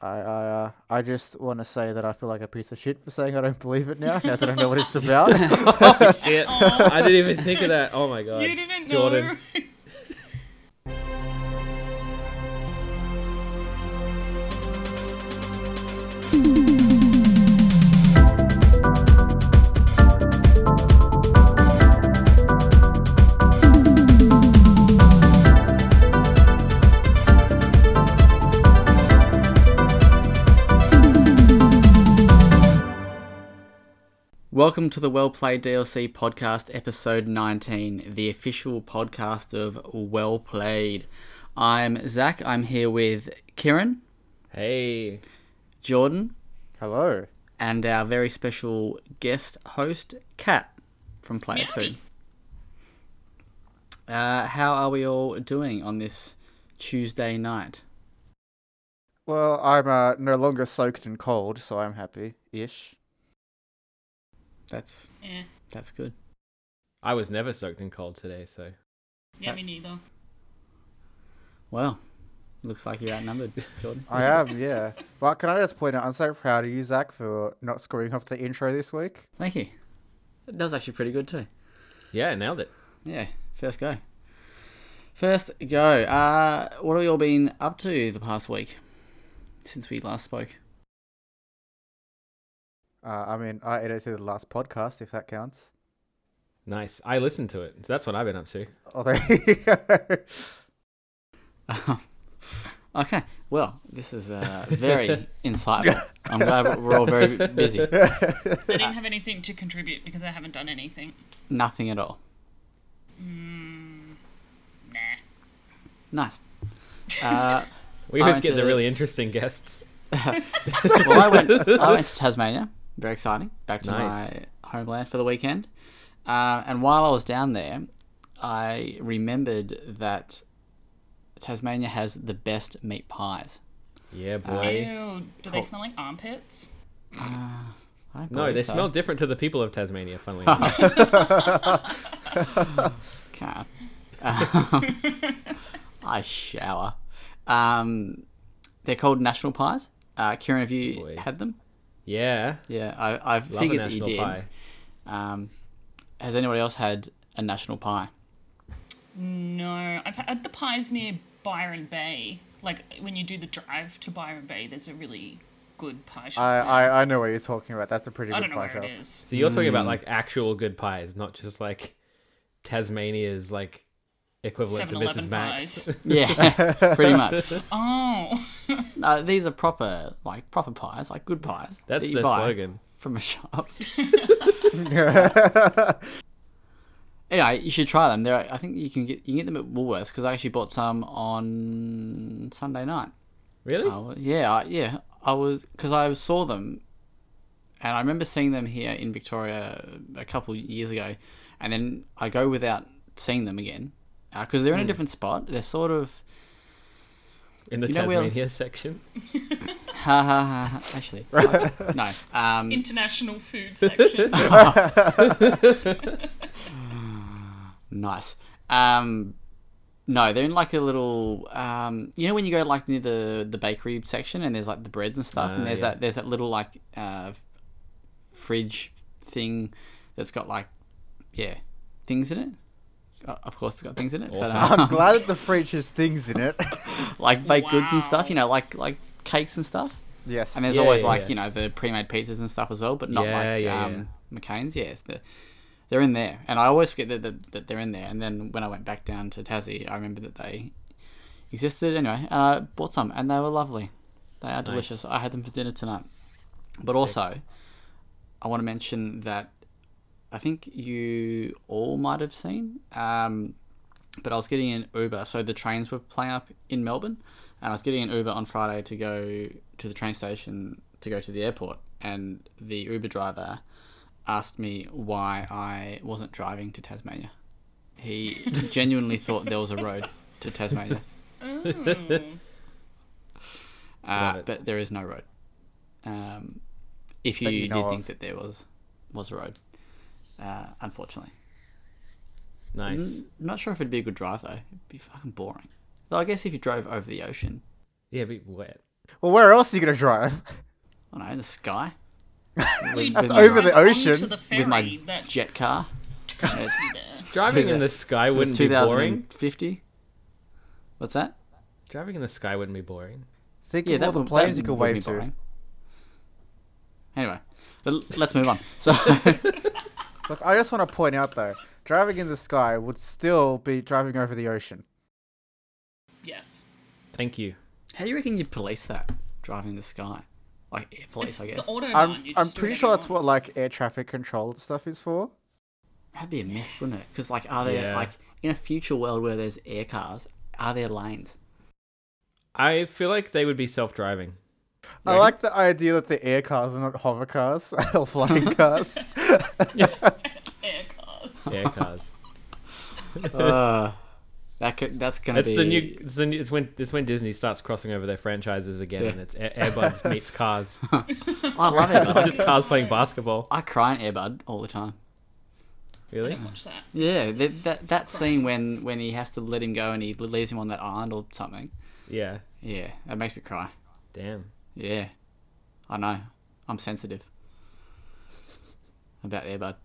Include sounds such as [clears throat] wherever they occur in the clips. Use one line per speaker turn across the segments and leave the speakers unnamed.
I I, uh, I just want to say that I feel like a piece of shit for saying I don't believe it now. Now that I know what it's [laughs] about.
oh,
[laughs]
shit. [laughs] I didn't even think of that. Oh my god.
you didn't
Jordan.
know.
Welcome to the Well Played DLC podcast, episode 19, the official podcast of Well Played. I'm Zach. I'm here with Kieran,
Hey.
Jordan,
Hello.
and our very special guest host, Kat from Player
Howdy.
2. Uh, how are we all doing on this Tuesday night?
Well, I'm uh, no longer soaked and cold, so I'm happy ish.
That's
[laughs] Yeah,
that's good.
I was never soaked in cold today, so.
yeah, me neither.
Well, looks like you're [laughs] outnumbered, Jordan.
[laughs] I am, yeah. But can I just point out, I'm so proud of you, Zach, for not screwing up the intro this week.
Thank you. That was actually pretty good too.
Yeah, nailed it.
Yeah, first go. First go. Uh, what have you all been up to the past week since we last spoke? [laughs]
Uh, I mean, I edited the last podcast, if that counts. [laughs]
Nice. I listened to it. So that's what I've been up to.
Oh, there you go.
Um, okay, well, this is uh, very insightful. I'm glad we're all very busy.
I didn't have anything to contribute because I haven't done anything.
Nothing at all.
Mm, nah.
Nice. Uh,
We
I
always
went
get the
to-
really interesting guests.
well, I went, I went to Tasmania. Very exciting. Back to
Nice.
my homeland for the weekend. Uh, and while I was down there, I remembered that Tasmania has the best meat pies.
Yeah, boy.
Ew, do they smell like armpits?
I
no,
believe
they
so.
smell different to the people of Tasmania,
[laughs]
funnily enough.
Can't. Um, [laughs] I shower. Um, they're called national pies. Uh, Kieran, have you
Boy.
had them?
Yeah.
Yeah, I, I've
Love a
figured that you
national
did.
pie.
Um, has anybody else had a national pie?
No, I've had the pies near Byron Bay. Like when you do the drive to Byron Bay, there's a really good pie
[laughs]
shop.
I,
there.
I, I know what you're talking about. That's a pretty
I
good
don't know
pie
where
shop.
it is.
So you're talking
Mm.
about like actual good pies, not just like Tasmania's like equivalent to
7-Eleven
Mrs. Max.
pies.
Yeah, [laughs] pretty much.
Oh, [laughs]
No, these are proper, like proper pies, like good pies.
[laughs] That's
that you
their
buy
slogan.
from a shop. yeah, you should try them. There, I think you can get you can get them at Woolworths because I actually bought some on Sunday night.
Really?
I wa- yeah, I- yeah. I was because I saw them, and I remember seeing them here in Victoria a couple years ago, and then I go without seeing them again because they're in a different spot. They're sort of
In the
you know, we'll-
Tasmania section?
ha ha ha. Actually, [laughs] fuck. no. Um,
[laughs]
international food section.
nice. Um, no, they're in like a little. Um, you know when you go like near the the bakery section and there's like the breads and stuff,
Ah,
and there's
yeah.
that there's that little like uh, fridge thing that's got like yeah things in it. Uh, Of course, it's got things in it. but,
Awesome.
uh,
I'm glad that the fridge has things in it.
[laughs]
[laughs]
like baked goods and stuff.
Wow.
You know, like like cakes and stuff.
yes.
And there's
Yeah,
always
yeah,
like
yeah.
you know the pre-made pizzas and stuff as well, but not
Yeah,
like
yeah,
um, McCain's. Yeah, it's the, they're in there, and I always forget that, that, that they're in there. And then when I went back down to Tassie, I remember that they existed. Anyway, uh, bought some, and they were lovely. They are delicious. I had them for dinner tonight. But also, I want to mention that I think you all might have seen. Um, but I was getting an Uber. So the trains were playing up in Melbourne, and I was getting an Uber on Friday to go to the train station to go to the airport. And the Uber driver asked me why I wasn't driving to Tasmania. He genuinely thought there was a road to Tasmania,
Ooh.
uh, but there is no road. Um, if you,
That you know
did
of.
think that there was was a road, uh, unfortunately.
Nice.
I'm not sure if it'd be a good drive though. It'd be fucking boring. Though I guess if you drove over the ocean,
Yeah, be wet.
Well, where else are you gonna drive?
I don't know, the
[laughs]
sky
We
That's
drive
over the
onto
ocean
the ferry
with my
that
jet car.
takes you there.
Driving in
that-
the sky
It was
wouldn't be boring.
2050. What's that?
Driving in the sky wouldn't be boring.
Think
Yeah,
of all
that
the
would
planes you
that
could
would be
wave to.
boring. Anyway, l- let's move on.
[laughs]
So, [laughs]
Look, I just want to point out though, driving in the sky would still be driving over the ocean.
Yes.
Thank you.
how do you reckon you'd police that driving in the sky, like air police?
It's
I
the
guess
Autobahn,
I'm
you
I'm
just do
pretty
whatever
sure
you
that's
want.
what like air traffic control stuff is for.
that'd be a mess, wouldn't it? Because like, are there
Yeah.
like in a future world where there's air cars, are there lanes?
I feel like they would be
[laughs]
self-driving.
I like the idea that the air cars are not hover cars [laughs] or
[laughs]
flying cars.
Air cars.
Air cars.
uh, that could, that's gonna
It's
be
the new. It's, the new, it's when it's when Disney starts crossing over their franchises again,
Yeah.
and it's Air-
[laughs]
Airbuds meets Cars.
I love
It's
Airbud.
just Cars playing
[laughs]
basketball.
I cry in Airbud all the time.
Really?
Watch that.
Yeah, that that, that scene when when he has to let him go and he leaves him on that island or something.
Yeah.
Yeah, that makes me cry.
Damn.
Yeah, I know. I'm sensitive about Airbud.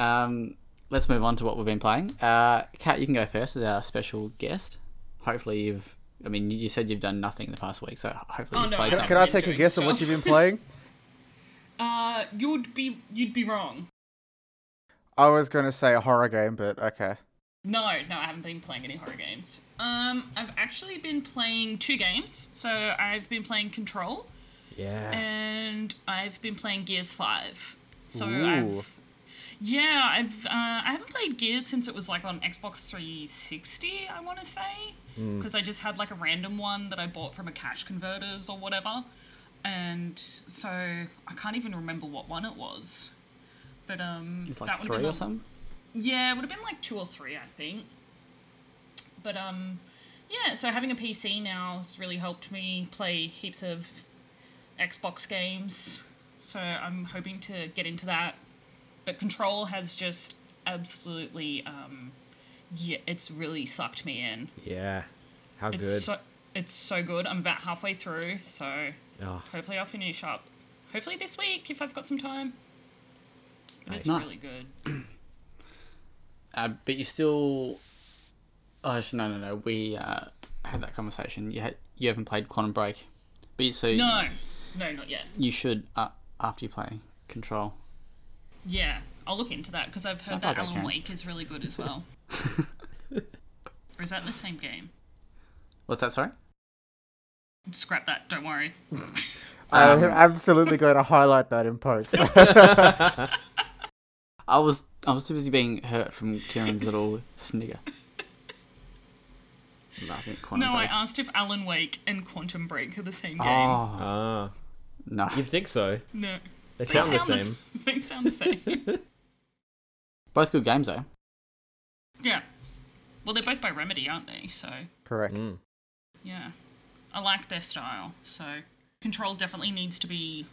Um, let's move on to what we've been playing. Uh, Kat, you can go first as our special guest. Hopefully, you've. I mean, you said you've done nothing the past week, so hopefully
Oh,
you've
no,
played
I
Can,
something.
can I
I've been
take a
doing
guess at what
stuff.
you've been playing?
Uh, you'd be you'd be wrong.
I was gonna say a horror game, but okay.
No, no, I haven't been playing any horror games. Um, I've actually been playing two games. So I've been playing Control,
Yeah.
and I've been playing Gears Five. So
Ooh.
I've yeah, I've uh, I haven't played Gears since it was like on Xbox 360. I want to say
Hmm.
Mm.
because I just had like a random one that I bought from a cash converters or whatever, and so I can't even remember what one it was. But um,
It's
that
like
would've
three
been
or
on-
something.
yeah, it would have been like two or three, I think. But um, yeah. So having a PC now has really helped me play heaps of Xbox games. So I'm hoping to get into that. But Control has just absolutely um, yeah, it's really sucked me in.
Yeah. How
It's
good.
so it's so good. I'm about halfway through, so
oh,
hopefully I'll finish up. Hopefully this week if I've got some time. But it's
Nice.
really good.
Uh, but you still. Oh sh- no no no! We uh, had that conversation. You ha- you haven't played Quantum Break, but you, so
No, no, not yet.
you should uh, after you play Control.
Yeah, I'll look into that because I've heard
Don't
that
bother,
Alan
Karen.
Wake is really good as well.
[laughs]
or is that the same game?
What's that? Sorry.
Scrap that. Don't worry.
I'm
Um,
absolutely going to highlight that in
[laughs]
post.
I was I was too busy being hurt from
[laughs]
Kieran's little snigger. No, I think Quantum
No, I
Break.
asked if Alan Wake and Quantum Break are the same game.
Oh
ah,
no!
you'd think so.
No,
They sound the
s- [laughs]
same.
they sound the
[laughs]
same.
Both good games though.
yeah. Well, they're both by Remedy, aren't they? So
Correct.
Mm.
yeah, I like their style. So Control definitely needs to be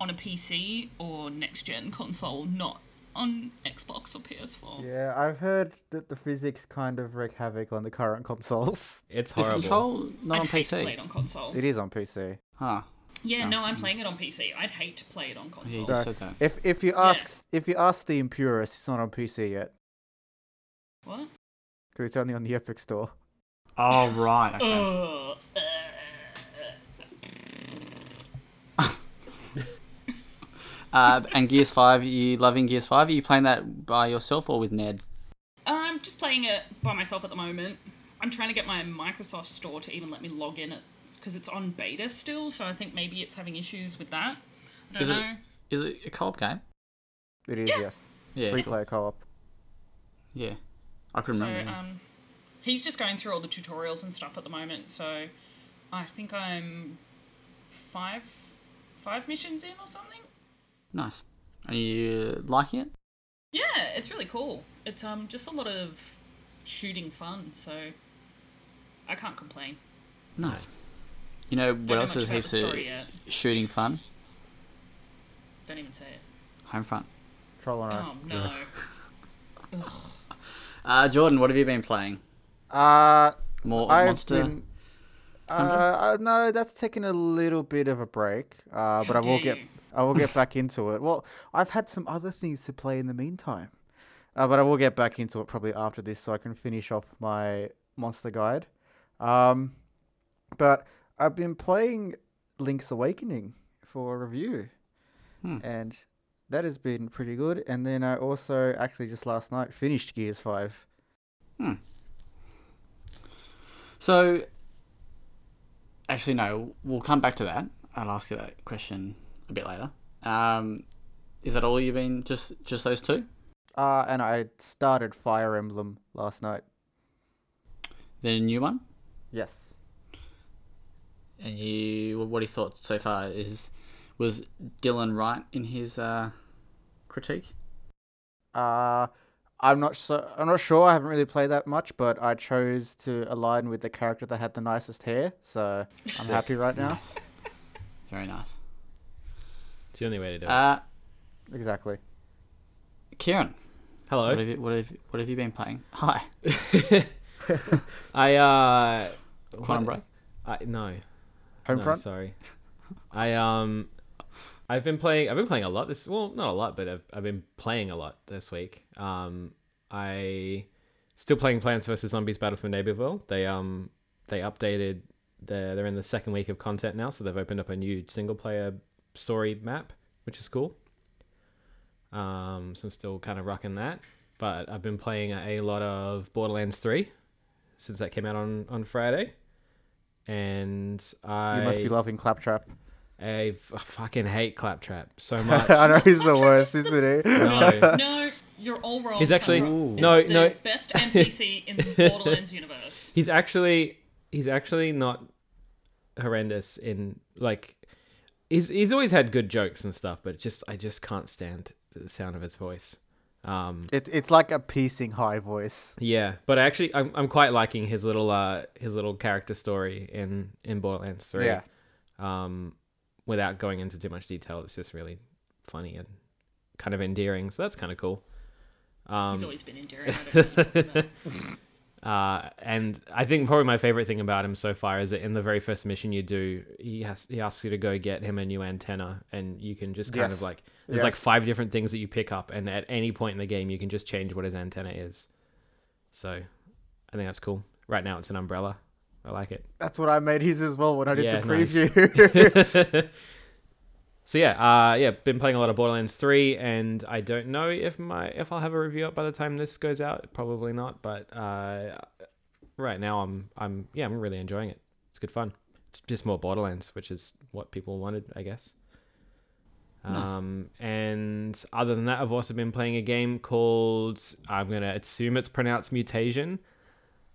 on a PC or next gen console, not on Xbox or PS4.
Yeah, I've heard that the physics kind of wreak havoc on the current consoles. [laughs]
It's
Is
horrible.
Control not
I'd
on
hate to play it
PC?
on console.
It is on PC.
Huh.
Yeah, no, I'm playing it on PC. I'd hate to play it on
Yeah,
console.
you just
Right.
said that.
If if you ask if you ask Steam purists, it's not on PC yet
What?
because it's only on the Epic Store.
Oh right.
[laughs]
Okay.
Ugh.
Uh, and Gears Five. You loving Gears Five? Are you playing that by yourself or with Ned?
I'm just playing it by myself at the moment. I'm trying to get my Microsoft store to even let me log in it because it's on beta still, so I think maybe it's having issues with that. I don't
Is it-
know.
Is it a co-op game?
It is
Yeah.
yes,
Yeah.
three player co-op.
Yeah. I could
So
remember. yeah.
um, he's just going through all the tutorials and stuff at the moment. So I think I'm five five missions in or something.
nice. Are you liking it?
Yeah, it's really cool. It's um just a lot of shooting fun, so I can't complain.
Nice.
Nice.
You know what
Don't know
else
much
is
about
heaps
the
of
story yet.
shooting fun?
Don't even say it.
Homefront.
Troll on
Oh
[laughs]
no.
Uh, Jordan, what have you been playing?
Uh,
More
I've
monster.
been
Hunter?
Uh, uh, no, that's taken a little bit of a break, uh, but
How
I will
dare
[laughs]
get
you.
I will get back into it. Well, I've had some other things to play in the meantime, uh, but I will get back into it probably after this, so I can finish off my monster guide. Um, but I've been playing Link's Awakening for review,
Hmm.
and that has been pretty good. And then I also actually just last night finished Gears Five.
So, actually, no. We'll come back to that. I'll ask you that question a bit later. Um, is that all you've been? Just just those two?
Uh, and I started Fire Emblem last night.
Then a new one.
Yes.
And you, well, what he thought so far is, was Dylan right in his uh, critique?
Uh, I'm not so. I'm not sure. I haven't really played that much, but I chose to align with the character that had the nicest hair, so I'm
Sick.
happy right now.
Nice. Very nice.
It's the only way to do it.
Uh,
Exactly.
Kieran, what
Hello.
have you what have what have you been playing? [laughs] Hi,
[laughs] I uh. what-
Quantum Break.
I no.
Homefront.
no, sorry. I um I've been playing I've been playing a lot this well, not a lot, but I've I've been playing a lot this week. Um I still playing Plants vs. Zombies Battle for Neighborville. They um they updated their they're in the second week of content now, so they've opened up a new single player story map, which is cool. Um so I'm still kind of rocking that. But I've been playing a lot of Borderlands 3 since that came out on, on Friday. And I
you must be loving Claptrap. [laughs]
I f- fucking hate Claptrap so
I
much.
know he's [laughs] the worst, isn't he?
no.
No, you're all wrong.
He's actually
Contra.
Ooh.
no
It's the
no.
best
[laughs]
NPC in the Borderlands universe.
He's actually he's actually not horrendous in like he's he's always had good jokes and stuff, but just I just can't stand the sound of his voice. Um,
It, it's like a piercing high voice.
yeah, but I actually I'm, I'm quite liking his little uh his little character story in in Borderlands Three.
Yeah.
Um, without going into too much detail, it's just really funny and kind of endearing. So that's kind of cool. Um,
He's always been endearing. I don't know.
Uh, and I think probably my favorite thing about him so far is that in the very first mission you do, he has he asks you to go get him a new antenna, and you can just kind
Yes.
of like there's like
Yes.
five different things that you pick up, and at any point in the game you can just change what his antenna is. So, I think that's cool. Right now it's an umbrella. I like it.
That's what I made his as well when I did
Yeah,
the [laughs]
nice.
preview.
[laughs] so yeah, uh, yeah, been playing a lot of Borderlands three, and I don't know if my if I'll have a review up by the time this goes out. Probably not, but uh, right now I'm I'm yeah I'm really enjoying it. It's good fun. It's just more Borderlands, which is what people wanted, I guess.
Nice.
Um, and other than that, I've also been playing a game called I'm gonna assume it's pronounced Mutation.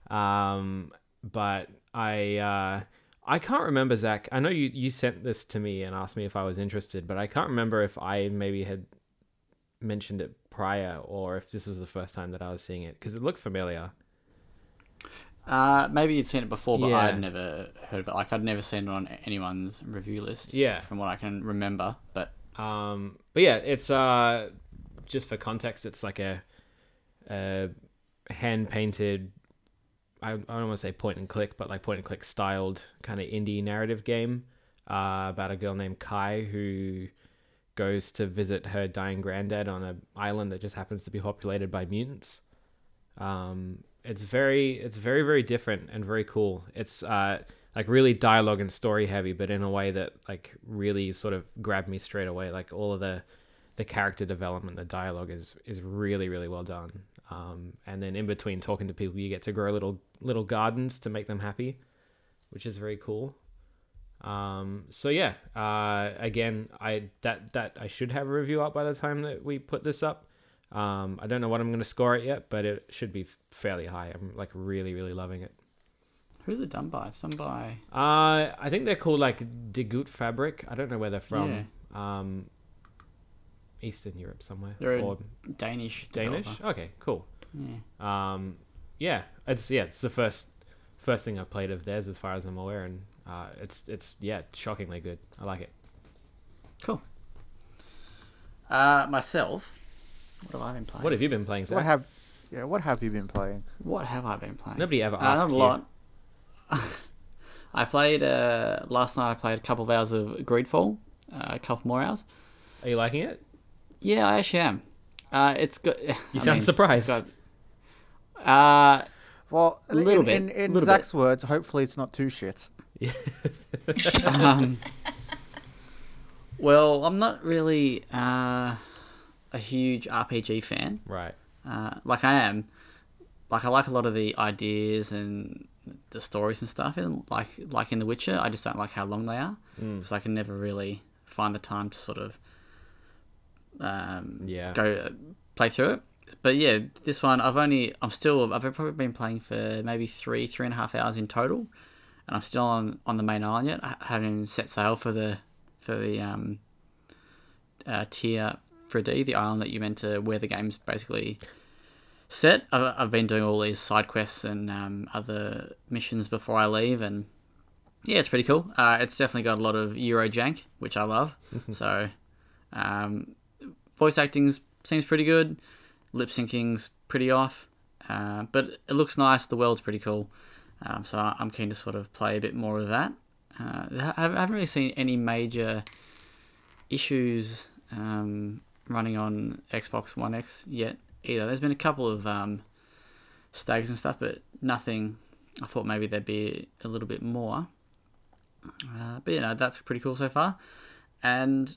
Um, but I uh, I can't remember Zach. I know you you sent this to me and asked me if I was interested, but I can't remember if I maybe had mentioned it prior or if this was the first time that I was seeing it because it looked familiar.
Uh, maybe you'd seen it before, but
Yeah.
I'd never heard of it. Like I'd never seen it on anyone's review list.
Yeah.
from what I can remember. But
Um, but yeah, it's uh, just for context, it's like a, a hand painted. I, I don't want to say point and click, but like point and click styled kind of indie narrative game uh, about a girl named Kai who goes to visit her dying granddad on an island that just happens to be populated by mutants. Um, it's very, it's very, very different and very cool. It's uh, like really dialogue and story heavy, but in a way that like really sort of grabbed me straight away. Like all of the, the character development, the dialogue is is really, really well done. Um, and then in between talking to people, you get to grow little little gardens to make them happy, which is very cool. Um, so yeah, uh, again, I that that I should have a review up by the time that we put this up. Um, I don't know what I'm going to score it yet, but it should be fairly high. I'm like really, really loving it.
who's it done by? It's done by.
Uh, I think they're called like Degut Fabric. I don't know where they're from. Um, Eastern Europe somewhere
They're a
or
Danish.
Danish.
developer.
Okay, cool. Yeah. Um, yeah, it's yeah, it's the first first thing I've played of theirs as far as I'm aware, and uh, it's it's yeah, shockingly good. I like it.
Cool. Uh, myself. What have I been playing?
What have you been playing, Zach?
what have, yeah, what have you been playing?
What have I been playing?
Nobody ever
Uh, not
asks
a
you.
lot. [laughs] I played uh, last night. I played a couple of hours of Greedfall, uh, a couple more hours.
Are you liking it?
Yeah, I actually am. Uh, it's [laughs] good. You
You sound surprised.
uh,
Well,
A little
in,
bit,
In, in
little bit.
Zach's words, hopefully it's not too shit.
um, well, I'm not really uh, a huge RPG fan.
right.
Uh, like I am, like I like a lot of the ideas and the stories and stuff. And like like in The Witcher, I just don't like how long they are
Hmm.
because I can never really find the time to sort of um,
Yeah.
go uh, play through it. But yeah, this one I've only I'm still I've probably been playing for maybe three three and a half hours in total, and I'm still on on the main island yet. I haven't even set sail for the for the um, uh, tier for D, the island that you meant to where the game's basically set. I've, I've been doing all these side quests and um, other missions before I leave, and yeah, it's pretty cool. Uh, it's definitely got a lot of Euro jank, which I love. so, um, voice acting seems pretty good. Lip syncing's pretty off, uh, but it looks nice. The world's pretty cool. Um, so I'm keen to sort of play a bit more of that. Uh, I haven't I haven't really seen any major issues um, running on Xbox One X yet either. There's been a couple of um, stags and stuff, but nothing. I thought maybe there'd be a little bit more. Uh, but you know, that's pretty cool so far. And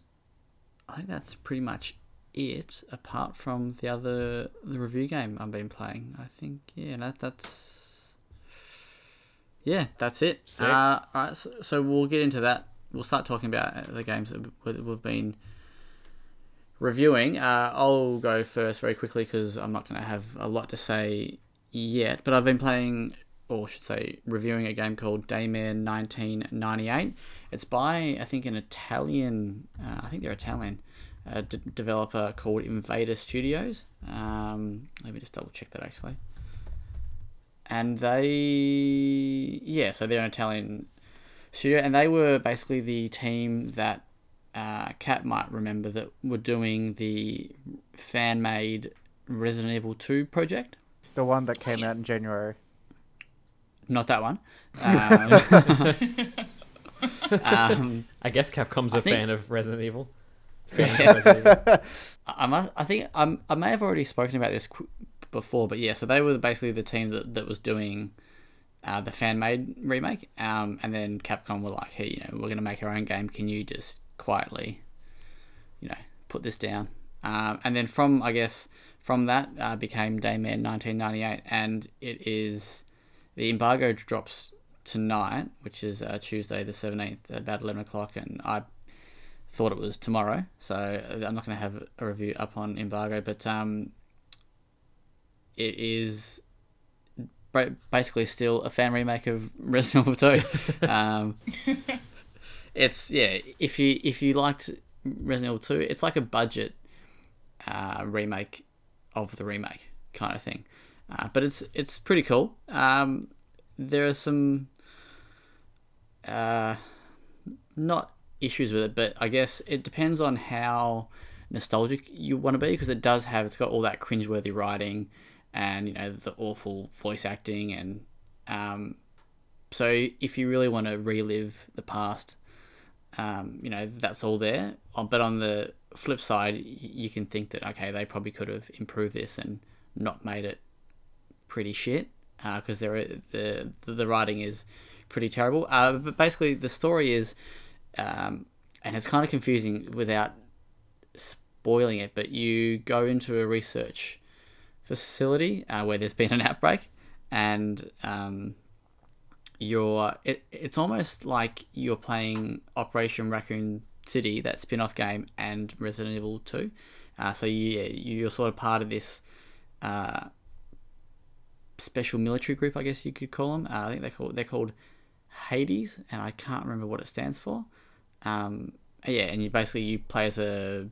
I think that's pretty much it, apart from the other the review game I've been playing. I think yeah, that, that's yeah, that's it.
Sick.
Uh, all right, so, so we'll get into that. We'll start talking about uh, the games that we- we've been reviewing. Uh, I'll go first very quickly because I'm not going to have a lot to say yet. But I've been playing, or I should say, reviewing a game called Dayman 1998. It's by, I think, an Italian, uh, I think they're Italian, uh, d- developer called Invader Studios. Um, let me just double check that actually. And they, yeah, so they're an Italian studio, and they were basically the team that uh, Kat might remember that were doing the fan made Resident Evil 2 project.
The one that came out in January.
Not that one. Um, [laughs] um,
I guess Capcom's a
think-
fan of Resident Evil. Fans of Resident
[laughs]
Evil.
I must. I think i I may have already spoken about this qu- before, but yeah. So they were basically the team that, that was doing uh, the fan made remake, um, and then Capcom were like, "Hey, you know, we're gonna make our own game. Can you just quietly, you know, put this down?" Um, and then from I guess from that uh, became Dayman 1998, and it is the embargo drops tonight, which is uh, Tuesday the 17th, about 11 o'clock, and I thought it was tomorrow, so I'm not going to have a review up on embargo, but um, it is ba- basically still a fan remake of [laughs] Resident Evil 2. um, it's yeah, if you if you liked Resident Evil 2, it's like a budget uh, remake of the remake kind of thing, uh, but it's it's pretty cool. Um, there are some uh, not issues with it, but I guess it depends on how nostalgic you want to be because it does have it's got all that cringeworthy writing and you know the awful voice acting and um, so if you really want to relive the past, um, you know that's all there. Uh, But on the flip side, y- you can think that okay, they probably could have improved this and not made it pretty shit because there the the writing is pretty terrible. Uh, but basically, the story is, um, and it's kind of confusing without spoiling it. But you go into a research facility uh, where there's been an outbreak, and um, you're it, it's almost like you're playing Operation Raccoon City, that spin-off game, and Resident Evil Two. Uh, so you you're sort of part of this. Uh, special military group, I guess you could call them. Uh, I think they're called they're called Hades, and I can't remember what it stands for. Um, yeah, and you basically you play as a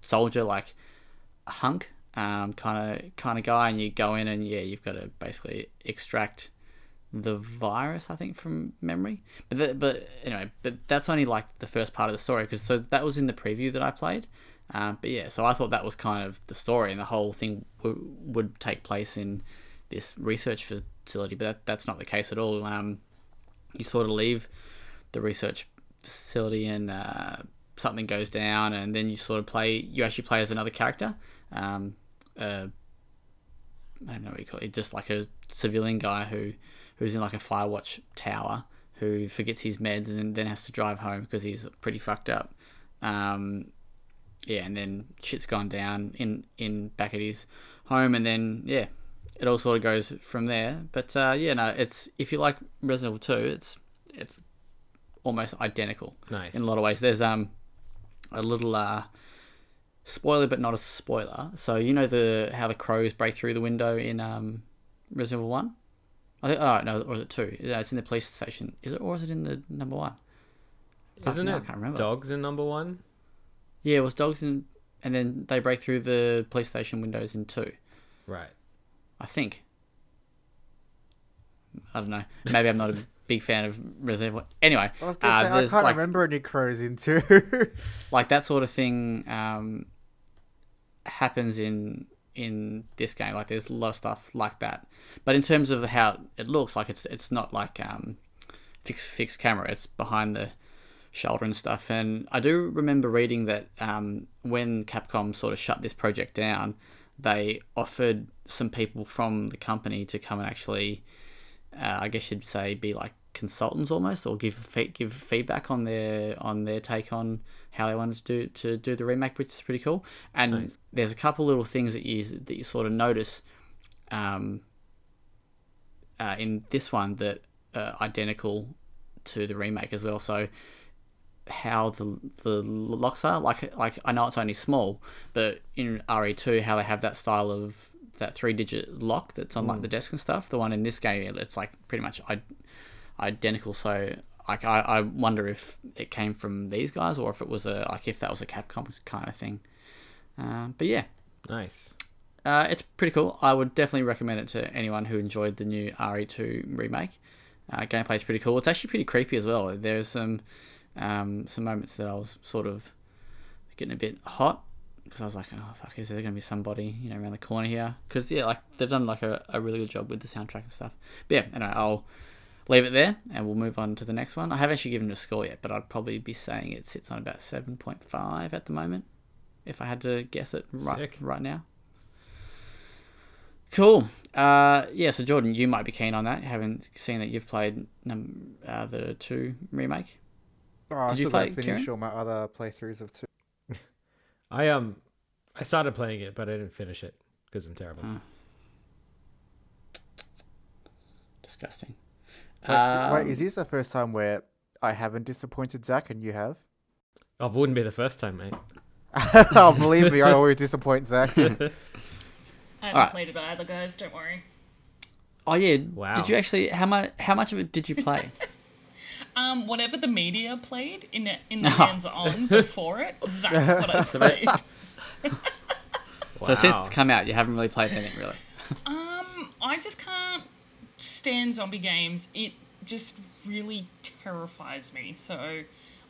soldier, like a hunk, um, kind of kind of guy, and you go in and yeah, you've got to basically extract the virus, I think, from memory. But the, but anyway, but that's only like the first part of the story because so that was in the preview that I played. Um, but yeah, so I thought that was kind of the story, and the whole thing w- would take place in this research facility. But that, that's not the case at all. Um, you sort of leave the research facility and uh, something goes down, and then you sort of play. You actually play as another character. Um, uh, I don't know what you call it. Just like a civilian guy who who's in like a firewatch tower who forgets his meds and then, then has to drive home because he's pretty fucked up. Um, yeah, and then shit's gone down in in back at his home, and then yeah, it all sort of goes from there. But uh, yeah, no, it's if you like Resident Evil Two, it's it's almost identical
Nice.
in a lot of ways. There's um a little uh spoiler, but not a spoiler. So you know the how the crows break through the window in um Resident Evil One. I think oh no, or is it two? Yeah, it's in the police station. Is it or is it in the number one? Fuck,
Isn't
now I
it
can't remember.
dogs in number one?
Yeah, it was dogs in, and then they break through the police station windows in two.
Right.
I think. I don't know. Maybe
[laughs]
I'm not a big fan of Resident Evil. Anyway,
I was gonna
uh,
say I
there's,
can't
like-
remember any crows in two. [laughs]
like that sort of thing um, happens in in this game. Like there's a lot of stuff like that. But in terms of how it looks, like it's it's not like um, fixed fixed camera. It's behind the shoulder and stuff. And I do remember reading that um, when Capcom sort of shut this project down, they offered some people from the company to come and actually, uh, I guess you'd say, be like consultants almost, or give fe- give feedback on their on their take on how they wanted to do to do the remake, which is pretty cool. And there's a couple little things that you that you sort of notice. Um, uh, in this one that are identical to the remake as well. So how the the locks are like like I know it's only small, but in RE2 how they have that style of that three digit lock that's on like the desk and stuff. The one in this game it's like pretty much I- identical. So like I, I wonder if it came from these guys or if it was a like if that was a Capcom kind of thing. Uh, but yeah,
Nice.
uh, it's pretty cool. I would definitely recommend it to anyone who enjoyed the new RE2 remake. Uh, Gameplay is pretty cool. It's actually pretty creepy as well. There's some um, some moments that I was sort of getting a bit hot because I was like, oh fuck, is there going to be somebody you know around the corner here? Because yeah, like they've done like a, a really good job with the soundtrack and stuff. But yeah, anyway, I'll leave it there and we'll move on to the next one. I haven't actually given it a score yet, but I'd probably be saying it sits on about seven point five at the moment if I had to guess it right
Sick.
right now. Cool. Uh, yeah, so Jordan, you might be keen on that, having seen that you've played num- uh, the two remake.
oh, I
Did you
still gotta
play it,
finish
Kieran?
all my other playthroughs of two.
I um, I started playing it, but I didn't finish it because I'm terrible.
Hmm.
Disgusting.
Wait, wait,
Um,
is this the first time where I haven't disappointed Zach and you have? [laughs]
Oh, it wouldn't be the first time, mate.
oh, believe me, I always disappoint
[laughs]
Zach.
I haven't
Alright.
played it either, guys. Don't worry.
Oh yeah.
Wow.
Did you actually how much how much of it did you play?
Um, whatever the media played in the in the
[laughs]
hands on before it, that's what I played.
Wow.
So since it's come out, you haven't really played anything really.
Um, I just can't stand zombie games. It just really terrifies me. So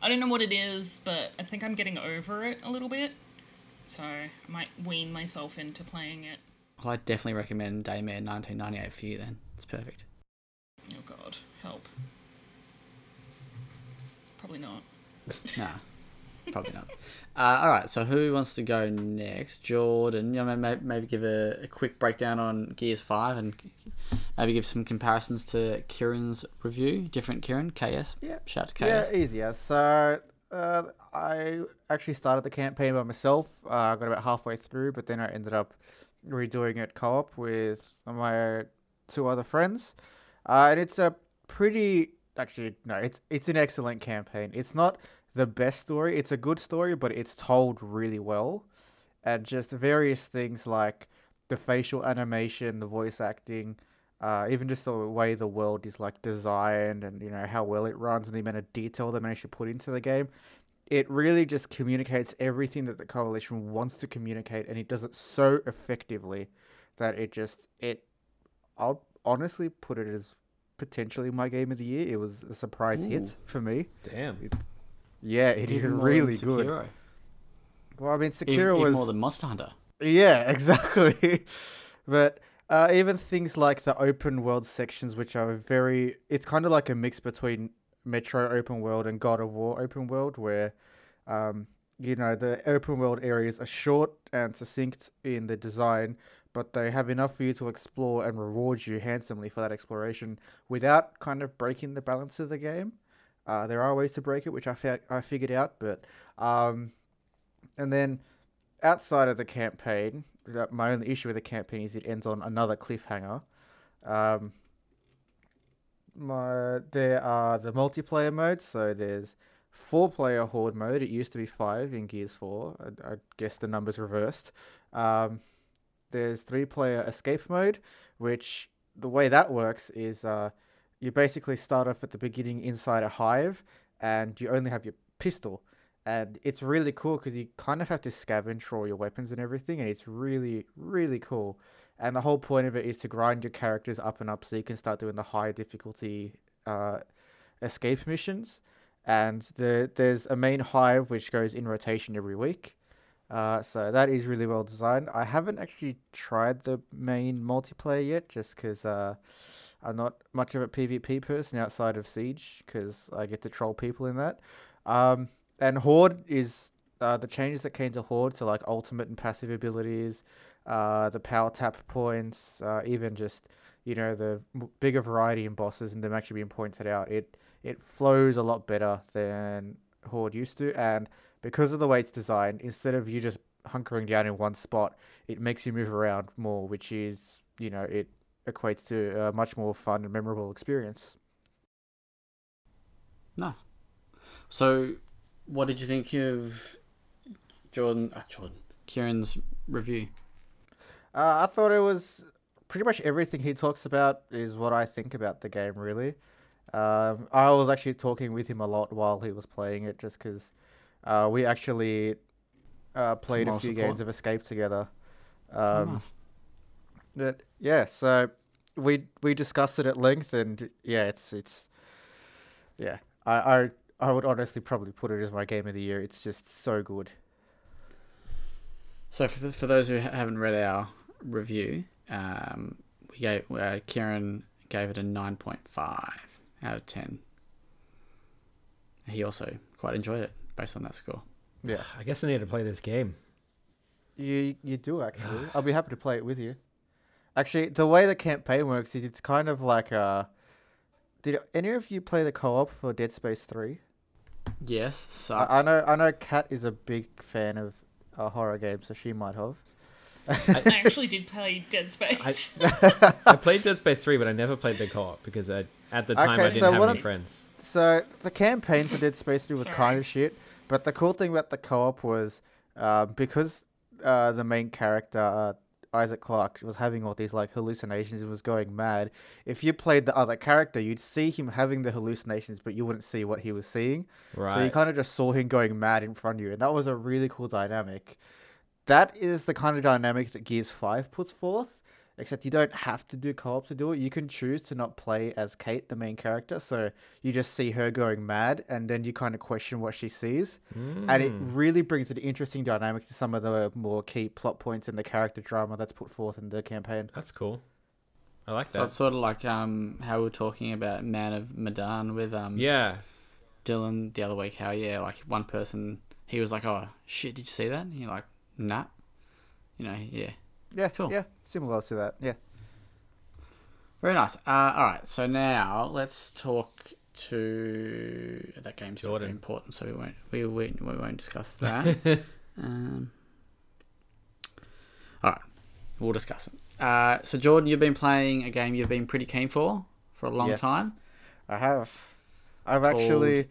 I don't know what it is, but I think I'm getting over it a little bit. So I might wean myself into playing it.
Well, I definitely recommend Daymare 1998 for you. Then it's perfect.
Oh god, help. Probably not.
Nah, probably not. Uh, all right. So who wants to go next? Jordan. You know, maybe, maybe give a, a quick breakdown on Gears Five and maybe give some comparisons to Kieran's review. Different Kieran. KS.
Yeah.
Shout out to KS.
Yeah, easy. Yeah. So uh, I actually started the campaign by myself. Uh, I got about halfway through, but then I ended up redoing it co-op with my two other friends, uh, and it's a pretty actually no, it's it's an excellent campaign. It's not the best story. It's a good story, but it's told really well, and just various things like the facial animation, the voice acting, uh, even just the way the world is like designed and you know how well it runs and the amount of detail they managed to put into the game it really just communicates everything that the coalition wants to communicate and it does it so effectively that it just it i'll honestly put it as potentially my game of the year it was a surprise hit for me
Damn.
yeah it is
Even more
really
than
good
Sekiro.
well i mean
Even,
Sekiro
even
was [laughs]
more than Monster Hunter.
yeah, exactly. but Uh, even things like the open world sections, which are very, it's kind of like a mix between Metro open world and God of War open world, where, um, you know, the open world areas are short and succinct in the design, but they have enough for you to explore and reward you handsomely for that exploration without kind of breaking the balance of the game. Uh, there are ways to break it, which I, fa- I figured out, but um, and then outside of the campaign, that my only issue with the campaign is it ends on another cliffhanger. Um, my there are the multiplayer modes, so there's four player horde mode. It used to be five in Gears Four. I, I guess the numbers reversed. Um, there's three player escape mode, which the way that works is uh, you basically start off at the beginning inside a hive, and you only have your pistol and it's really cool because you kind of have to scavenge for all your weapons and everything, and it's really, really cool. And the whole point of it is to grind your characters up and up so you can start doing the higher difficulty uh, escape missions. And the, there's a main hive which goes in rotation every week. Uh, so that is really well designed. I haven't actually tried the main multiplayer yet, just because uh, I'm not much of a PvP person outside of Siege, because I get to troll people in that. Um, and Horde is uh, the changes that came to Horde, so like ultimate and passive abilities, uh, the power tap points, uh, even just you know the m- bigger variety in bosses and them actually being pointed out. It it flows a lot better than Horde used to, and because of the way it's designed, instead of you just hunkering down in one spot, it makes you move around more, which is you know it equates to a much more fun and memorable experience.
Nice. So what did you think of Jordan? Uh, Jordan Kieran's review.
Uh, I thought it was pretty much everything he talks about is what I think about the game. Really, um, I was actually talking with him a lot while he was playing it, just because uh, we actually uh, played a
Moral
few
support.
games of Escape together.
Oh,
Um,
nice.
but yeah, so we we discussed it at length, and yeah, it's it's yeah. I I, I would honestly probably put it as my game of the year. It's just so good.
So for, for those who ha- haven't read our review, um, we gave uh, Kieran gave it a nine point five out of ten. He also quite enjoyed it based on that score.
Yeah,
I guess I need to play this game.
you you do actually. I'll be happy to play it with you. Actually, the way the campaign works is it's kind of like uh Did any of you play the co-op for Dead Space Three?
Yes, sucked.
I, I know I know Kat is a big fan of uh, horror games, so she might have.
I actually did play Dead Space.
I played Dead Space 3, but I never played the co-op because I, at the time
Okay,
I didn't
so
have
what
any
I'm-
friends.
So the campaign for Dead Space 3 was
Sorry.
kind of shit, but the cool thing about the co-op was uh, because uh, the main character uh, Isaac Clarke was having all these like hallucinations and was going mad. If you played the other character, you'd see him having the hallucinations, but you wouldn't see what he was seeing.
Right.
So you kind of just saw him going mad in front of you, and that was a really cool dynamic. That is the kind of dynamic that Gears 5 puts forth, except you don't have to do co op to do it. You can choose to not play as Kate, the main character, so you just see her going mad, and then you kind of question what she sees.
Hmm.
And it
Hmm.
really brings an interesting dynamic to some of the more key plot points and the character drama that's put forth in the campaign.
That's cool. I like
so
that.
it's sort of like um, how we were talking about Man of Medan with um,
yeah.
Dylan the other week. How yeah, like one person he was like, "Oh shit, did you see that?" And you're like, "Nah," you know, yeah.
Yeah,
Cool.
yeah, similar to that. Yeah.
Very nice. Uh, all right, so now let's talk to that game's not
Jordan.
very important, so we won't we won't, we
[laughs]
won't discuss that. um, all right, we'll discuss it. Uh, so Jordan, you've been playing a game you've been pretty keen for for a long
Yes.
time.
I have. I've actually.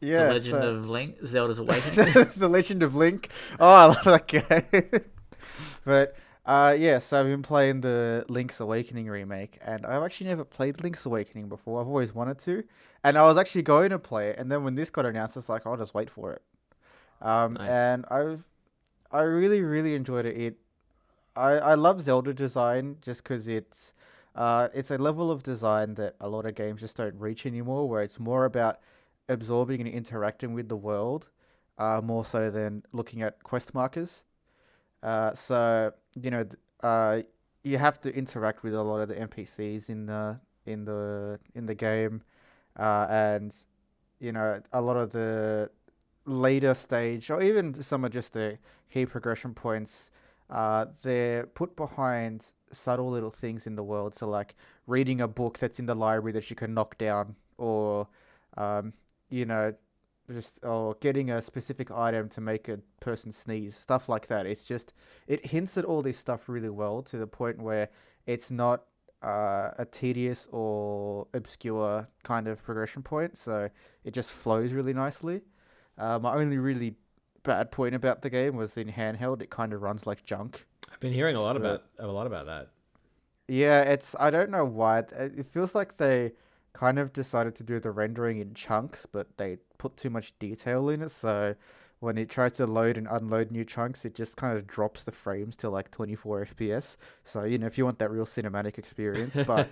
Yeah,
the Legend
so-
of Link, Zelda's Awakening.
[laughs] the Legend of Link. Oh, I love that game. [laughs] but uh, yeah, so I've been playing the Link's Awakening remake, and I've actually never played Link's Awakening before. I've always wanted to, and I was actually going to play it, and then when this got announced, it's like I'll just wait for it. Um,
Nice.
And I've I really really enjoyed it. It I I love Zelda design just because it's uh, it's a level of design that a lot of games just don't reach anymore, where it's more about absorbing and interacting with the world, uh, more so than looking at quest markers. Uh, so you know, th- uh, you have to interact with a lot of the NPCs in the in the in the game, uh, and you know a lot of the later stage or even some of just the key progression points. Uh, they're put behind subtle little things in the world. So like reading a book that's in the library that you can knock down, or um, you know, just or getting a specific item to make a person sneeze, stuff like that. It's just it hints at all this stuff really well to the point where it's not uh, a tedious or obscure kind of progression point. So it just flows really nicely. Uh, my only really bad point about the game was in handheld, it kind of runs like junk.
I've been hearing a lot about a lot about that.
Yeah, it's I don't know why it- it feels like they kind of decided to do the rendering in chunks, but they put too much detail in it. So when it tries to load and unload new chunks, it just kind of drops the frames to like 24 FPS. So you know if you want that real cinematic experience, but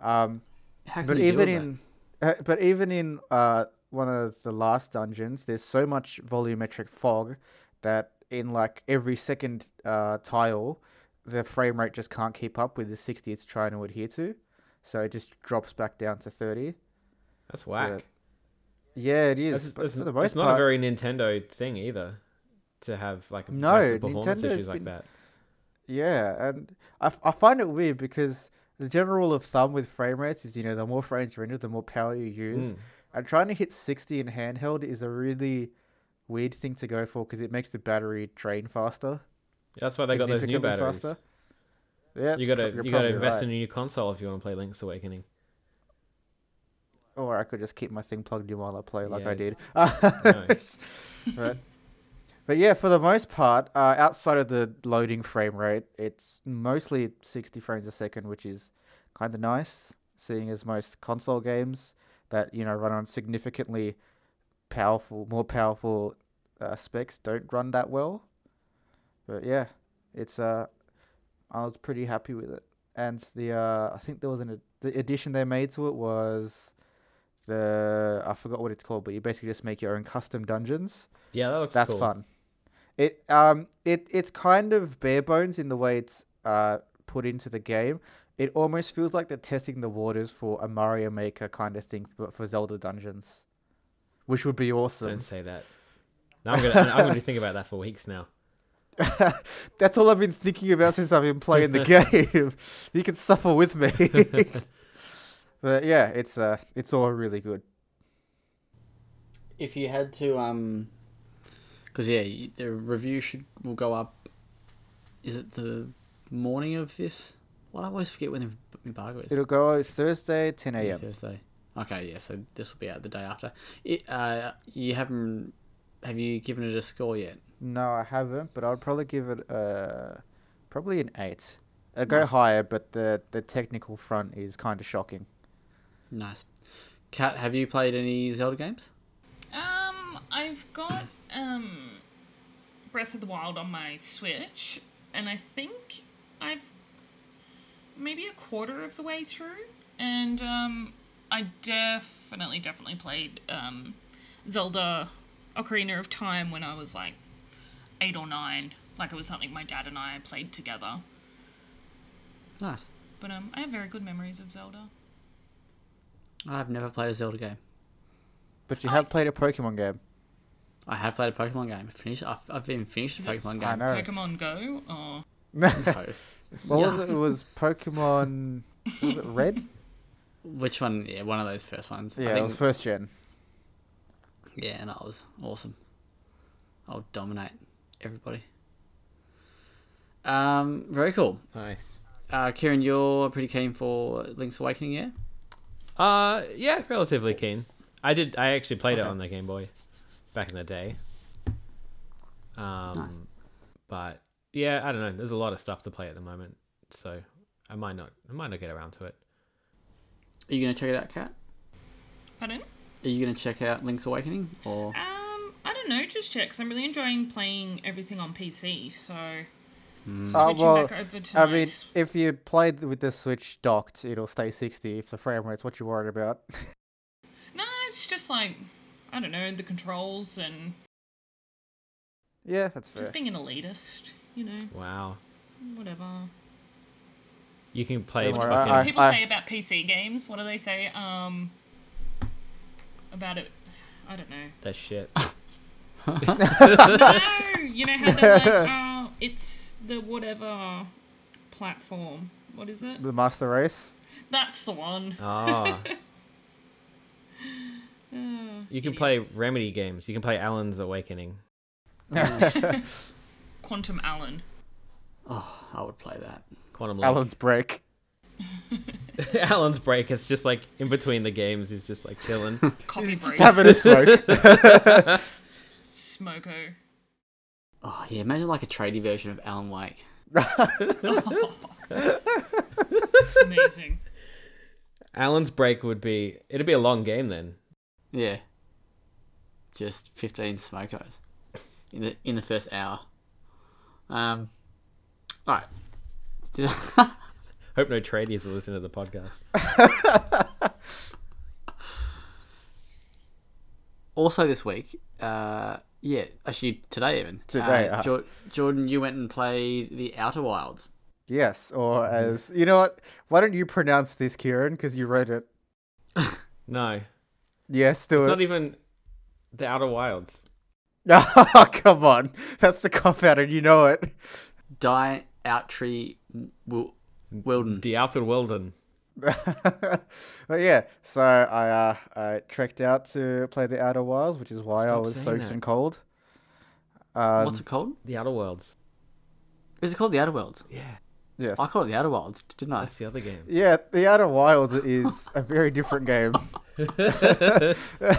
um,
How can
but
you deal
even
with that?
in uh, but even in uh one of the last dungeons there's so much volumetric fog that in like every second uh tile the frame rate just can't keep up with the 60 it's trying to adhere to so it just drops back down to 30
That's whack.
yeah it is
That's,
but
that's,
for the
it's
most
not
part,
a very Nintendo thing either, to have like
No,
massive performance
Nintendo's
issues like
been-
that.
Yeah, and I, f- I find it weird because the general rule of thumb with frame rates is you know the more frames you render, the more power you use.
Mm.
And trying to hit sixty in handheld is a really weird thing to go for because it makes the battery drain faster.
That's why they got those new
significantly
batteries.
faster. Yeah,
You gotta
you're
you gotta
probably
invest
right.
in a new console if you want to play Link's Awakening.
Or I could just keep my thing plugged in while I play, like I
Yeah.
did.
Nice.
[laughs] but, but yeah, for the most part, uh, outside of the loading frame rate, it's mostly 60 frames a second, which is kind of nice, seeing as most console games that you know run on significantly powerful, more powerful uh, specs don't run that well. But yeah, it's uh, I was pretty happy with it, and the uh, I think there was an ad- the addition they made to it was the I forgot what it's called, but you basically just make your own custom dungeons.
Yeah, that looks
That's
cool.
fun. It um it it's kind of bare bones in the way it's uh put into the game. It almost feels like they're testing the waters for a Mario Maker kind of thing for, for Zelda dungeons, which would be awesome.
Don't say that. Now I'm gonna I'm gonna think about that for
[laughs]
weeks now.
That's all I've been thinking about since I've been playing the game. you can suffer with me. but yeah, it's uh it's all really good.
if you had to um because yeah you- the review should will go up is it the morning of this what i always forget when the embargo is
It'll go Thursday, 10 a.m.
thursday okay yeah so this will be out the day after it, uh you haven't have you given it a score yet
No, I haven't, but I'd probably give it uh probably an eight. I'd go
Nice.
higher, but the the technical front is kind of shocking.
nice Kat, have you played any zelda games
Um, I've got um, Breath of the Wild on my Switch, and I think I've maybe a quarter of the way through, and um, I definitely, definitely played um, Zelda Ocarina of Time when I was like eight or nine. Like it was something my dad and I played together.
nice
But um, I have very good memories of Zelda.
i've never played a zelda game
But you have played a Pokemon
[laughs]
game.
i have played a pokemon game I finished i've, I've even finished a pokemon game
I know.
Pokemon Go, or
No.
What was it? It was Pokemon. Was it Red?
[laughs] which one yeah one of those first ones [laughs] I
Yeah, it
think-
was first gen.
Yeah, and I was awesome. I'll dominate everybody. Um, very cool.
Nice.
Uh, Kieran, you're pretty keen for Link's Awakening, yeah?
Uh yeah, relatively keen. I did I actually played it on the Game Boy back in the day. Um
Nice.
but yeah, I don't know. There's a lot of stuff to play at the moment, so I might not I might not get around to it.
Are you gonna check it out, Kat?
pardon?
Are you gonna check out Link's Awakening, or
Um, I don't know, just yet, because I'm really enjoying playing everything on PC, so switching
Oh, Uh, well,
back over to
I
my
mean,
s-
if you played with the Switch docked, it'll stay 60 if the frame rate's what you're worried about. [laughs]
No, it's just like I don't know, the controls and
yeah, that's fair.
just being an elitist, you know,
Wow.
whatever.
You can play
Don't worry,
fucking.
I-
people say about PC games? What do they say? Um, about it. I
[laughs]
don't know.
That shit. [laughs]
no, you know how
[laughs]
they're like, oh, it's the whatever platform. What is it?
The Master Race.
That's the one.
Ah,
Uh,
you can play
idiots.
Remedy games. You can play Alan's Awakening.
Quantum Allen.
Oh, I would play that.
Quantum Link.
Alan's
[laughs]
Break.
[laughs] Alan's break. It's just like in between the games, he's just like chilling.
Coffee break.
Just having a
[laughs]
smoke.
Smoko.
Oh yeah, imagine like a tradie version of Alan Wake.
[laughs] Amazing.
Alan's break would be. It'd be a long game then.
Yeah. Just fifteen smokos in the in the first hour. Um. All right. [laughs] Did-
Hope no tradies are listening to the podcast.
also this week, uh, yeah, actually today even.
Today,
uh,
uh-huh.
Jor- Jordan, you went and played the Outer Wilds.
yes, or as you know what? Why don't you pronounce this, Kieran? Because you wrote it.
No,
Yes, do
it's
it.
not even the Outer Wilds.
oh, [laughs] come on. That's the cop out, and you know it. [laughs]
Die Out Tree Wil- Wilden.
The Outer Wilden.
but yeah, so I uh, I trekked out to play the Outer Wilds, which is why I
Stop
was
saying
soaked
that.
and cold. Um,
What's it called?
The Outer Worlds.
Is it called the Outer Worlds?
Yeah,
yes.
I called it the Outer Wilds, didn't I?
that's the other game.
Yeah, the Outer Wilds is a very different game. [laughs]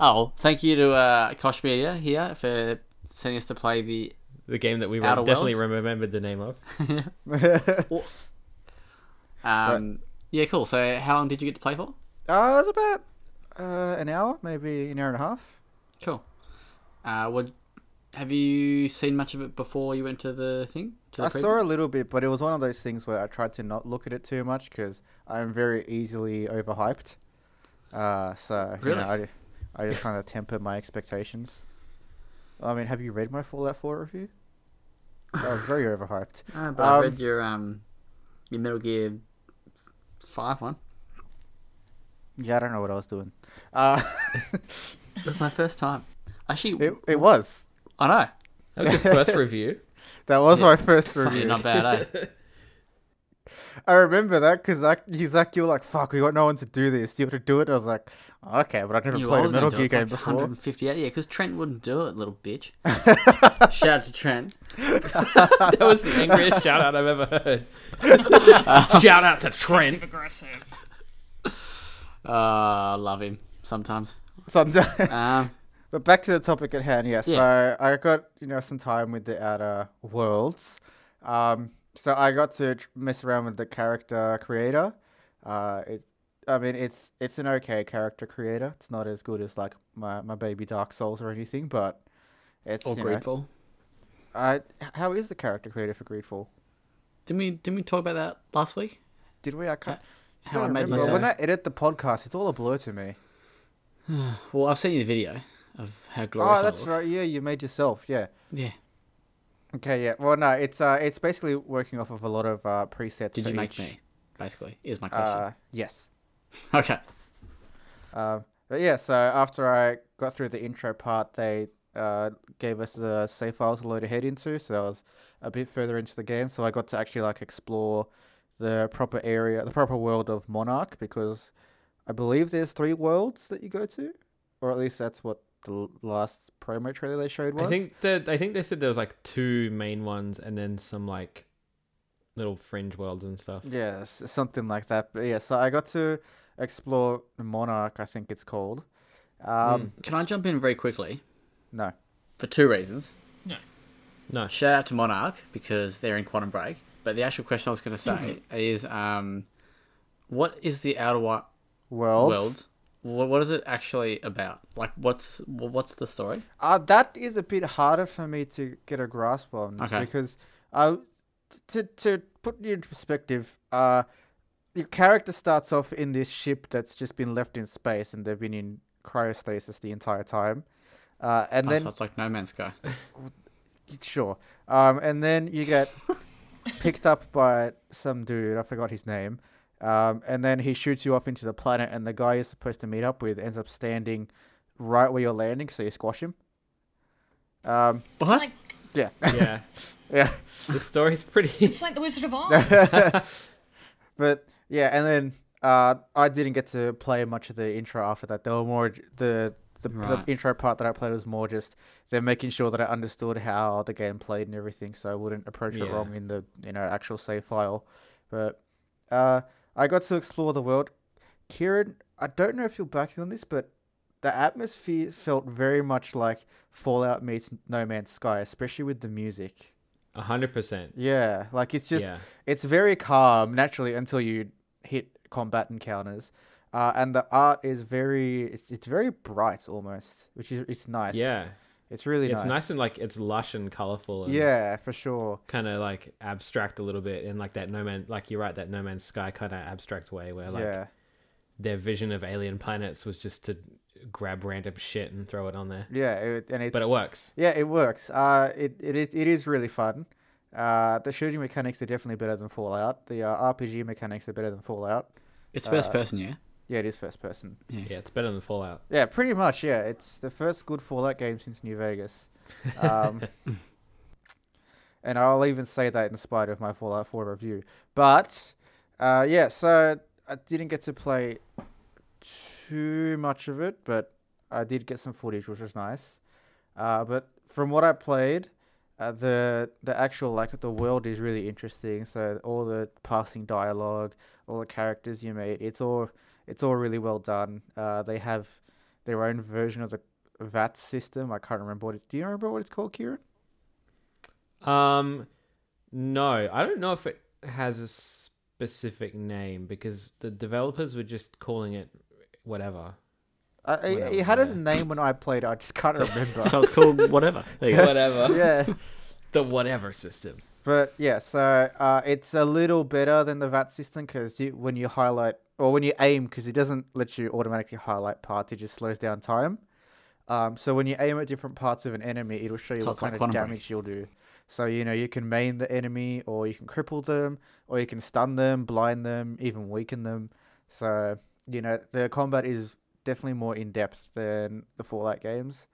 Oh, thank you to uh, Kosh Media here for sending us to play the.
The game that we
Outer
re- definitely
Worlds?
remembered the name of.
Uh,
Um, Yeah, cool. So, how long did you get to play for?
Uh, it was about uh, an hour, maybe an hour and a half.
Cool. Uh, what have you seen much of it before you went to the thing? To the
I
preview?
saw a little bit, but it was one of those things where I tried to not look at it too much because I'm very easily overhyped. Uh, so you know,
Really?
I, I just kind of temper my expectations. I mean, have you read my Fallout 4 review? I was
[laughs]
very overhyped.
Ah, but I
Um,
read your um, your Metal Gear Five one.
Yeah, I don't know what I was doing. Uh, [laughs]
It was my first time. Actually,
it it was
I know.
That was your first review.
that was
Yeah.
my first
Fucking
review. [laughs]
not bad, eh?
I remember that because Zach, you Zach, you were like, "Fuck, we got no one to do this. Do you want to do it?" I was like, "Okay, but I've never
You
played a
always
Metal
gonna do it.
Gear game
It's like
before."
158, yeah, because Trent wouldn't do it, little
[laughs]
bitch. Shout out to Trent.
That was the angriest shout out I've ever heard. shout out to Trent.
Passive aggressive.
Uh, love him sometimes.
Sometimes.
Um,
But back to the topic at hand, yeah.
Yeah.
So I got you know some time with the Outer Worlds. Um, so I got to tr- mess around with the character creator. Uh, it, I mean, it's it's an okay character creator. It's not as good as like my, my baby Dark Souls or anything, but it's
or
you know,
grateful.
I- h- how is the character creator for Greedfall?
Didn't we? Didn't we talk about that last week?
Did we? I can't. I
How I
can't
made
remember.
myself.
When I edit the podcast, it's all a blur to me.
[sighs] Well, I've seen the video of how glorious.
Oh, that's
I look.
right. Yeah, you made yourself. Yeah.
Yeah.
Okay. Yeah. Well, no, it's uh, it's basically working off of a lot of uh, presets.
Did
for
you make
each-
me? Basically, is my question.
Uh, yes.
okay.
Um, but yeah, so after I got through the intro part, they uh, gave us a save file to load ahead into, so I was a bit further into the game, so I got to actually like explore the proper area, the proper world of Monarch, because I believe there's three worlds that you go to, or at least that's what the l- last promo trailer they showed was.
I think that I think they said there was like two main ones and then some like little fringe worlds and stuff.
Yeah, s- something like that. But yeah, so I got to explore Monarch, I think it's called. Um,
Hmm.
Can I jump in very quickly
No.
for two reasons?
No.
No.
Shout out to Monarch because they're in Quantum Break. But the actual question I was going to say
Mm-hmm.
is, um, what is the Outer Wi-
Worlds.
World? What, what is it actually about? Like, what's wh- what's the story?
Uh, that is a bit harder for me to get a grasp on
Okay.
because uh, to to put you into perspective, uh, your character starts off in this ship that's just been left in space and they've been in cryostasis the entire time, uh, and
Oh,
then
so it's like No Man's Sky.
sure, um, and then you get got picked up by some dude. I forgot his name. Um, and then he shoots you off into the planet, and the guy you're supposed to meet up with ends up standing right where you're landing, so you squash him. Um,
What?
Like
yeah,
Hmm, yeah.
[laughs] yeah.
The
[laughs]
story's pretty.
it's like the [laughs] Wizard of Oz.
Oh.
but yeah, and then uh, I didn't get to play much of the intro after that. There were more j- the the,
Right.
the intro part that I played was more just them making sure that I understood how the game played and everything, so I wouldn't approach it
Yeah.
wrong in the you know actual save file. But uh, I got to explore the world. Kieran, I don't know if you'll back me on this, but the atmosphere felt very much like Fallout meets No Man's Sky, especially with the music.
A hundred percent.
Yeah, like it's just
Yeah.
it's very calm naturally until you hit combat encounters, uh, and the art is very it's, it's very bright almost, which is it's nice.
Yeah.
it's really
It's
nice.
nice and like it's lush and colorful. And
Yeah, for sure.
Kind of like abstract a little bit in like that no man like you're right that no man's sky kind of abstract way where like
yeah,
their vision of alien planets was just to grab random shit and throw it on there.
yeah, it, and it's
But it works.
yeah, it works. Uh, it it is it is really fun. Uh, the shooting mechanics are definitely better than Fallout. The uh, RPG mechanics are better than Fallout.
It's
Uh,
first person, yeah.
Yeah, it is first person.
Yeah, it's better than Fallout.
Yeah, pretty much. Yeah, it's the first good Fallout game since New Vegas, um, and I'll even say that in spite of my Fallout 4 review. But uh, yeah, so I didn't get to play too much of it, but I did get some footage, which was nice. Uh, but from what I played, uh, the the actual like the world is really interesting. So all the passing dialogue, all the characters you meet, it's all it's all really well done. Uh, they have their own version of the VAT system. I can't remember what it. Do you remember what it's called, Kieran?
Um, no, I don't know if it has a specific name because the developers were just calling it whatever.
Uh, it, it
Whatever,
had its
yeah.
name when I played. it, I just can't remember.
So it's
[laughs]
called whatever. There you go.
Whatever.
yeah.
The whatever system.
But yeah, so uh, it's a little better than the VAT system because you, when you highlight or when you aim, because it doesn't let you automatically highlight parts, it just slows down time. Um, so when you aim at different parts of an enemy, it'll show you
So
what
it's like
kind of
Quantum Break.
damage you'll do. So you know you can maim the enemy, or you can cripple them, or you can stun them, blind them, even weaken them. So you know the combat is definitely more in depth than the Fallout games.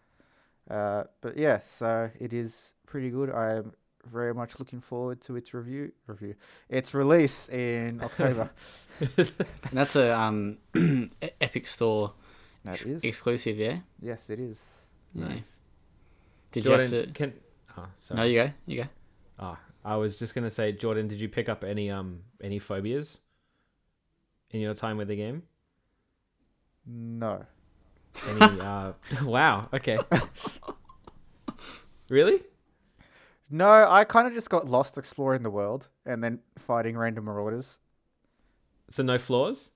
Uh, but yeah, so it is pretty good. I am very much looking forward to its review. Review. Its release [laughs] in October.
And that's a um, [clears throat] E- Epic Store
that
ex-
is.
exclusive, yeah.
yes, it is.
Yeah.
Nice.
Did
Jordan,
you have to?
can oh sorry.
No, you go. You go.
Ah, I was just gonna say, Jordan, did you pick up any um any phobias in your time with the game?
No.
[laughs]
Any uh wow, okay. really?
No, I kind of just got lost exploring the world and then fighting random marauders.
So no flaws?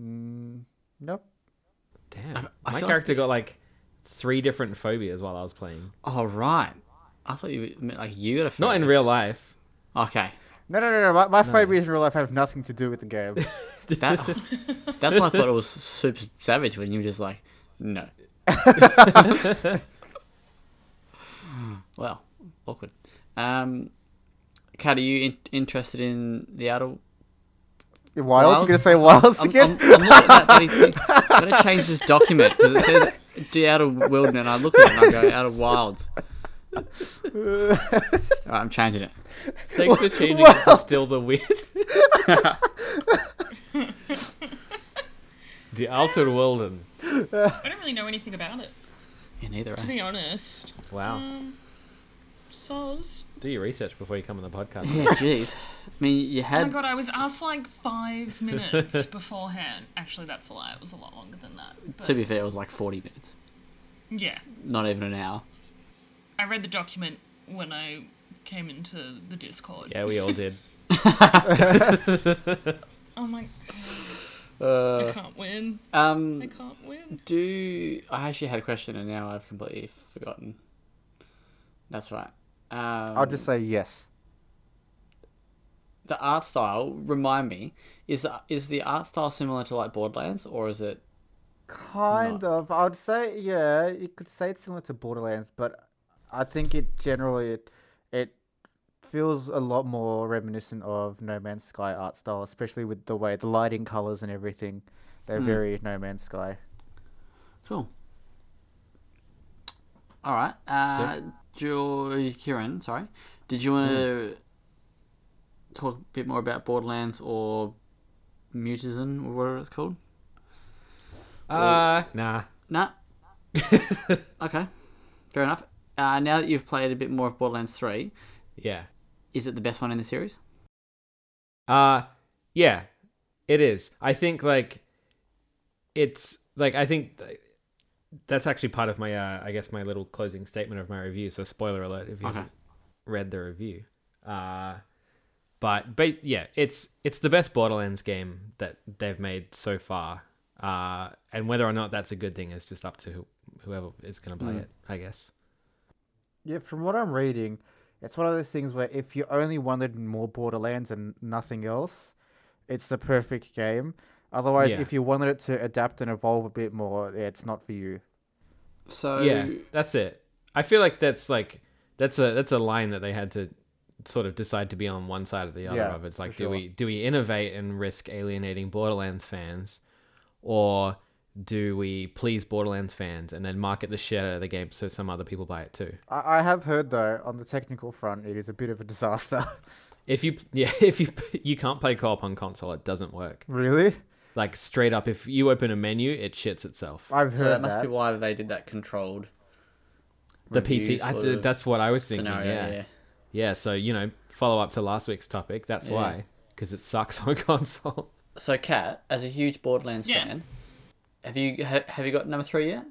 Mm, nope.
Damn. My
I feel like
character got like three different phobias while I was playing.
Oh right. I thought you meant like you got a.
Not in
phobia.
real life.
Okay.
No, no, no, no. My, my phobias in real life have nothing to do with the [laughs] game.
That,
[laughs]
that's when I thought it was super savage when you were just like, no. well, awkward. Um, Kat, are you in- interested in the outer?
Why are you
Wilds?
gonna say wilds
I'm,
again? [laughs]
I'm, I'm looking at that bloody thing. I'm gonna change this document because it says the outer world, and I look at it and I go outer wilds. Alright, I'm changing it.
Thanks for changing it to still the
[laughs]
weird. the Outer Wilden.
I don't really know anything about it,
Yeah, neither.
to
Eh?
be honest.
Wow.
Um, soz.
Do your research before you come on the podcast.
Yeah, jeez. I mean, you
Oh my
had
god, I was asked like five minutes [laughs] beforehand. Actually, that's a lie. It was a lot longer than that. But,
to be fair, it was like 40 minutes,
yeah,
not even an hour.
I read the document when I came into the Discord.
Yeah, we all
[laughs]
did.
Oh my,
Uh,
I can't win.
Um,
I can't win.
Do I actually had a question and now I've completely forgotten. That's right. Um,
I'll just say yes.
the art style. Remind me, is the is the art style similar to like Borderlands or is it?
Kind of. I would say yeah. You could say it's similar to Borderlands, but I think it generally it, it feels a lot more reminiscent of No Man's Sky art style, especially with the way the lighting, colors, and everything. They're very No Man's Sky.
Cool. All right. Uh, Jo- Kieran, sorry. Did you want to talk a bit more about Borderlands or Mutizen or whatever it's called?
Uh, nah.
Nah. okay. Fair enough. Uh, now that you've played a bit more of Borderlands 3,
Yeah.
is it the best one in the series?
Uh yeah. It is. I think like it's like I think th- that's actually part of my uh I guess my little closing statement of my review. So spoiler alert if you
Okay.
haven't read the review. Uh but but yeah, it's it's the best Borderlands game that they've made so far. Uh and whether or not that's a good thing is just up to who, whoever is going to play
Hmm.
Mm.
it, I guess.
Yeah, from what I'm reading, it's one of those things where if you only wanted more Borderlands and nothing else, it's the perfect game. Otherwise,
Yeah.
if you wanted it to adapt and evolve a bit more, yeah, it's not for you.
So,
yeah that's it i feel like that's like that's a that's a line that they had to sort of decide to be on one side or the other
Yeah,
of it's
for
like do
sure.
we do we innovate and risk alienating borderlands fans or do we please borderlands fans and then market the shit out of the game so some other people buy it too
I, I have heard though, on the technical front, it is a bit of a disaster. [laughs]
if you [laughs] yeah if you you can't play co-op on console it doesn't work
really?
like straight up if you open a menu it shits itself
I've heard
so that must
that.
be why they did that controlled
the
review
pc I,
sort
th-
of
that's what i was thinking
scenario.
yeah.
Yeah.
Yeah, so you know, follow up to last week's topic. That's
Yeah.
why, because it sucks [laughs] on console.
So, Kat, as a huge Borderlands
Yeah.
fan, have you ha- have you got number three yet?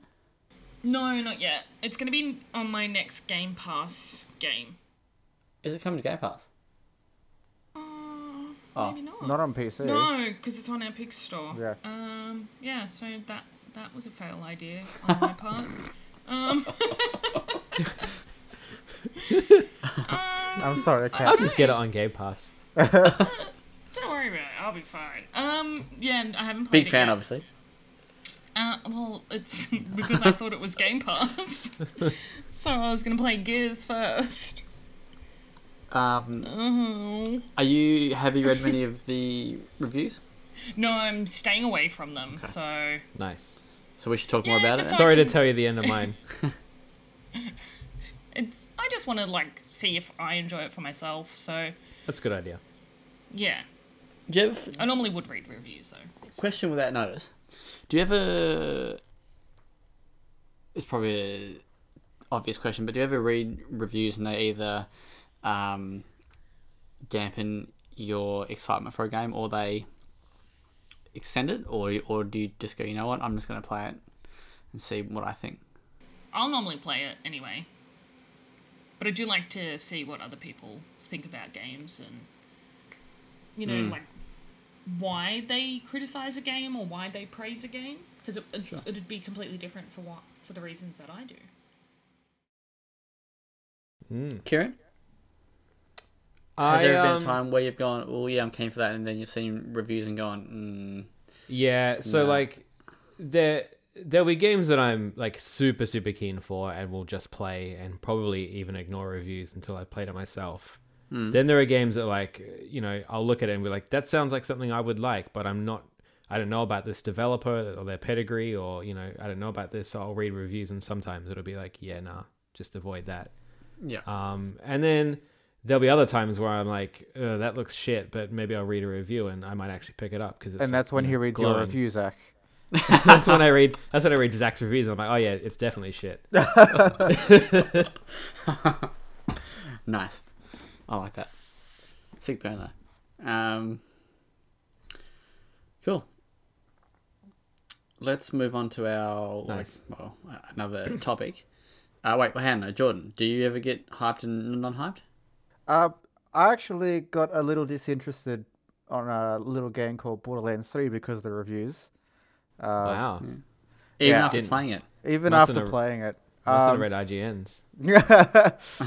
No, not yet. It's going to be on my next Game Pass game.
Is it coming to Game Pass?
Uh,
Oh,
maybe not.
Not on PC.
No, because it's on Epic Store.
Yeah.
Um. Yeah. So that that was a fail idea on my part. Um. [laughs] Um,
I'm sorry, I
I'll
can't.
just get it on Game Pass.
Don't worry about it. I'll be fine. Um. Yeah. and I haven't played.
Big
it
fan,
yet.
obviously.
Uh, well, it's [laughs] because I thought it was Game Pass, so I was gonna play Gears first.
Um,
Oh.
are you have you read many of the reviews?
No, I'm staying away from them. So
Nice.
So we should talk more
Yeah,
about it.
just
then?
like-
Sorry to tell you the end of
[laughs]
mine.
it's. I just want to like see if I enjoy it for myself. So
That's a good idea.
yeah.
Do you ever-
I normally would read reviews though.
question without notice. Do you ever? It's probably a obvious question, but do you ever read reviews and they either um, dampen your excitement for a game, or they extend it, or or do you just go, you know what, I'm just going to play it and see what I think?
I'll normally play it anyway. But I do like to see what other people think about games and, you know,
Hmm.
like why they criticize a game or why they praise a game. Because it, it's- it'd be completely different for what for the reasons that I do.
Mm.
Kieran, has
I,
there ever been
um,
a time where you've gone, oh yeah, I'm keen for that, and then you've seen reviews and gone, "Mm,
Yeah, so
Nah.
like there there'll be games that I'm like super super keen for and will just play and probably even ignore reviews until I've played it myself.
Hmm.
Then there are games that like, you know, I'll look at it and be like that sounds like something I would like, but I'm not I don't know about this developer or their pedigree or, you know, I don't know about this, so I'll read reviews and sometimes it'll be like, yeah, nah, just avoid that.
mm, yeah,
Um, and then there'll be other times where I'm like, oh, that looks shit, but maybe I'll read a review and I might actually pick it up because
And that's when he reads your review, Zach.
that's when I read. That's when I read Zach's reviews. And I'm like, oh yeah, it's definitely shit.
Nice. I like that. Sick burn though. Um, cool. Let's move on to our like,
Nice.
well uh, another [coughs] topic. Uh, wait, well, Hannah, Jordan, do you ever get hyped and non-hyped?
Uh, I actually got a little disinterested on a little game called Borderlands 3 because of the reviews. Uh,
wow,
Even
Yeah.
after
Didn't.
playing it.
Even
Mustn't
after
have-
playing it.
I must
Um,
have read
[laughs]
IGN's.
[laughs]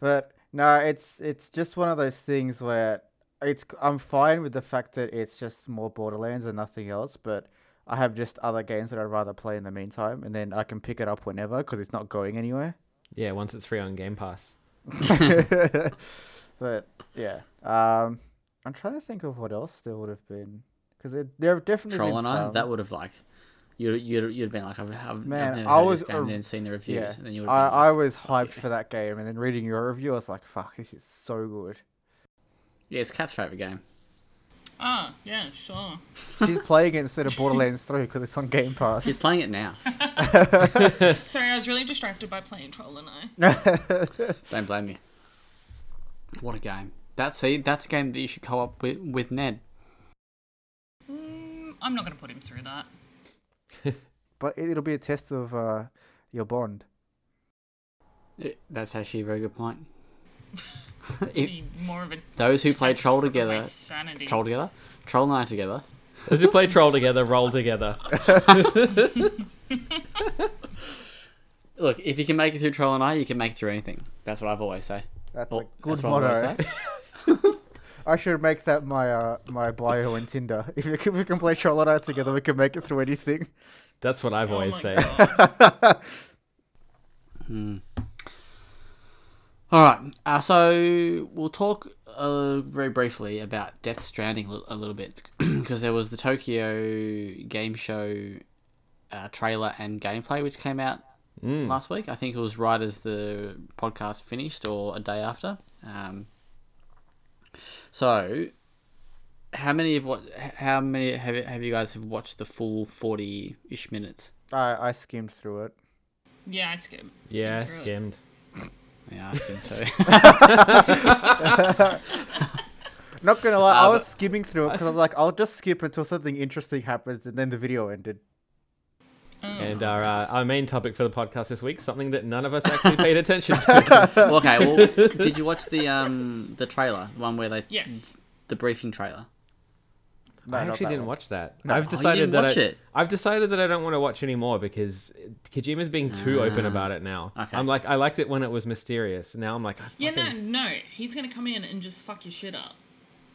but no, it's it's just one of those things where it's I'm fine with the fact that it's just more Borderlands and nothing else, but I have just other games that I'd rather play
[laughs]
in the meantime, and then I can pick it up whenever because it's not going anywhere.
Yeah, once it's free on Game Pass.
but yeah, um, I'm trying to think of what else there would have been because there, there have definitely
Troll
been
and I,
some.
that would have like, you you you'd have been like, I've, I've,
Man,
I've never
I
heard
was
of this game,
a-
and then seen the reviews,
yeah,
and then you would
I,
have been like,
I was hyped
yeah.
for that game, and then reading your review, I was like, "Fuck, this is so good."
yeah, it's Cat's favorite game.
Ah, yeah, sure.
She's playing it instead of Borderlands Three because it's on Game Pass. [laughs]
He's playing it now.
Sorry, I was really distracted by playing Troll and I.
Don't blame me. What a game. That see, that's a game that you should co-op with with Ned.
Mm, I'm not going to put him through that.
but it, it'll be a test of uh, your bond.
It- Uh, that's actually a very good point. [laughs]
It'd
If
be more of a
those who play
test
Troll
of my
together,
sanity.
Troll together, Troll and I together.
Those who play troll together roll together.
Look, if you can make it through Troll and I, you can make it through anything. That's what I've always say.
That's
Well,
a good
that's what I've
motto.
always say.
[laughs] I should make that my uh, my bio in Tinder. [laughs] If we can, we can play Charlotte out together, we can make it through anything. [laughs]
That's what I've
Oh
always
my
said.
God.
All right. Uh, so we'll talk uh, very briefly about Death Stranding li- a little bit [clears throat] because there was the Tokyo Game Show uh, trailer and gameplay which came out
Hmm. Mm.
last week. I think it was right as the podcast finished or a day after. Um, so, how many of what? h- How many have have you guys have watched the full forty ish minutes?
I, I skimmed through it. [laughs]
Yeah, I skim.
Yeah,
skim through it.
skimmed.
Yeah, I think so. [laughs]
Not gonna lie, I
Uh,
was
but-
skimming through it because I was like, I'll just skip until something interesting happens, and then the video ended.
Oh,
And our uh, our main topic for the podcast this week, something that none of us actually paid attention to.
Well, okay. Well, did you watch the um the trailer, the one where they
Yes.
the briefing trailer?
No,
I
not
actually
that
didn't
one.
watch that. I've
didn't
decided that
watch
I,
it?
have decided that I don't want to watch anymore because Kojima's being too open about it now.
okay.
I'm like I liked it when it was mysterious. Now I'm like I
Yeah,
fucking,
no, no. He's going to come in and just fuck your shit up.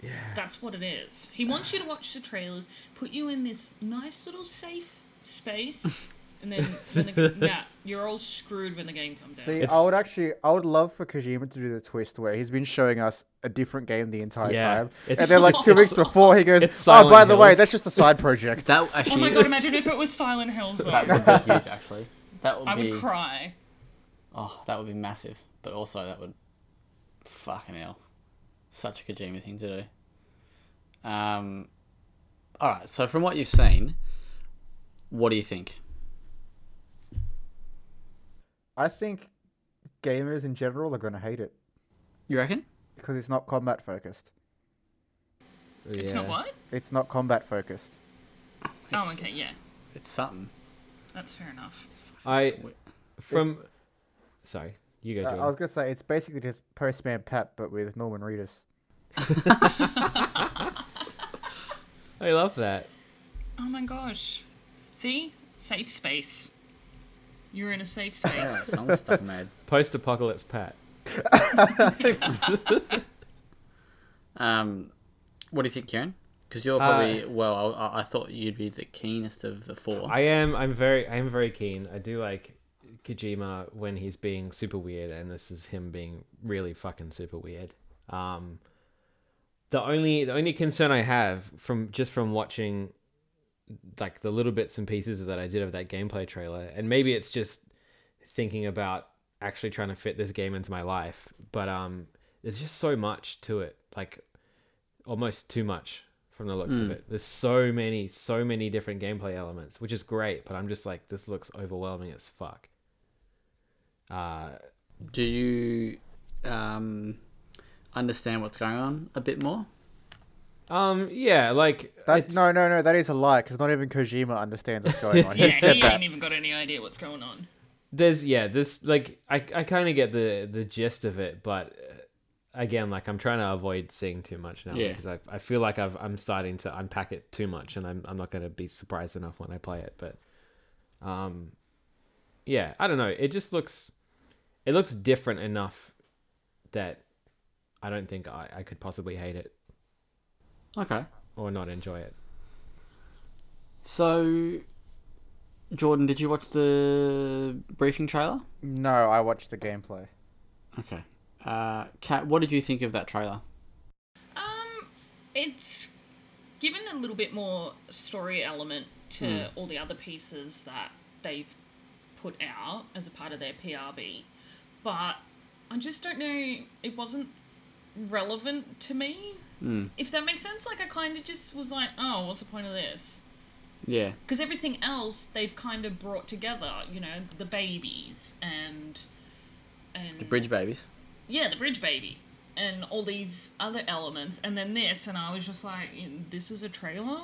Yeah. That's what it is. He wants you to watch the trailers, put you in this nice little safe space, and then, then the, nah, you're all screwed when the game comes out.
See, I
It's-
would actually, I would love for Kojima to do the twist where he's been showing us a different game the entire
Yeah,
time,
it's-
and then like two
[laughs] it's-
weeks before he goes,
it's
"Oh,
Silent
by the way,
Hills."
that's just a
[laughs]
side project."
That
Oh
actually
my god, imagine if it was Silent Hills though.
that would be huge. Actually, that would
I
be
would cry.
oh that would be massive. But also that would fucking hell, such a Kojima thing to do. Um, all right. So from what you've seen, what do you think?
I think gamers in general are gonna hate it
You reckon?
because it's not combat focused.
It's
yeah.
not what?
It's not combat focused.
Oh,
It's-
okay, yeah.
It's something.
That's fair enough.
I from sorry you go
Uh, I-
Jordan.
I was gonna say it's basically just Postman Pat, but with Norman Reedus.
I love that.
Oh my gosh. See? Safe space. You're in a safe space.
Song
[laughs]
stuff made.
Post apocalypse Pat.
Um, what do you think, Kieran? Because you're probably well. I, I thought you'd be the keenest of the four.
Uh, I am. I'm very. I am very keen. I do like Kojima when he's being super weird, and this is him being really fucking super weird. Um, the only the only concern I have from just from watching like the little bits and pieces that I did of that gameplay trailer, and maybe it's just thinking about actually trying to fit this game into my life, but um, there's just so much to it, like almost too much from the looks
Hmm.
of it. There's so many, so many different gameplay elements, which is great, but I'm just like, this looks overwhelming as fuck. Uh,
Do you um, understand what's going on a bit more?
um, yeah, like
That,
it's,
no, no, no, that is a lie because not even Kojima understands
[laughs]
what's going on. He
yeah,
said
he
that.
ain't even got any idea what's going on.
there's yeah, this like I I kind of get the the gist of it, but uh, again, like I'm trying to avoid seeing too much now
Yeah.
because I I feel like I've I'm starting to unpack it too much, and I'm I'm not gonna be surprised enough when I play it, but um, yeah, I don't know. It just looks it looks different enough that I don't think I, I could possibly hate it
Okay.
or not enjoy it.
So, Jordan, did you watch the briefing trailer?
No, I watched the gameplay.
Okay. Uh, Kat, what did you think of that trailer?
Um, it's given a little bit more story element to all the other pieces that they've put out as a part of their PRB, but I just don't know. It wasn't relevant to me.
Mm.
If that makes sense, like I kind of just was like, oh, what's the point of this?
Yeah.
because everything else they've kind of brought together. You know, the babies and and
The Bridge Babies.
yeah, the bridge baby, and all these other elements, and then this, and I was just like, this is a trailer.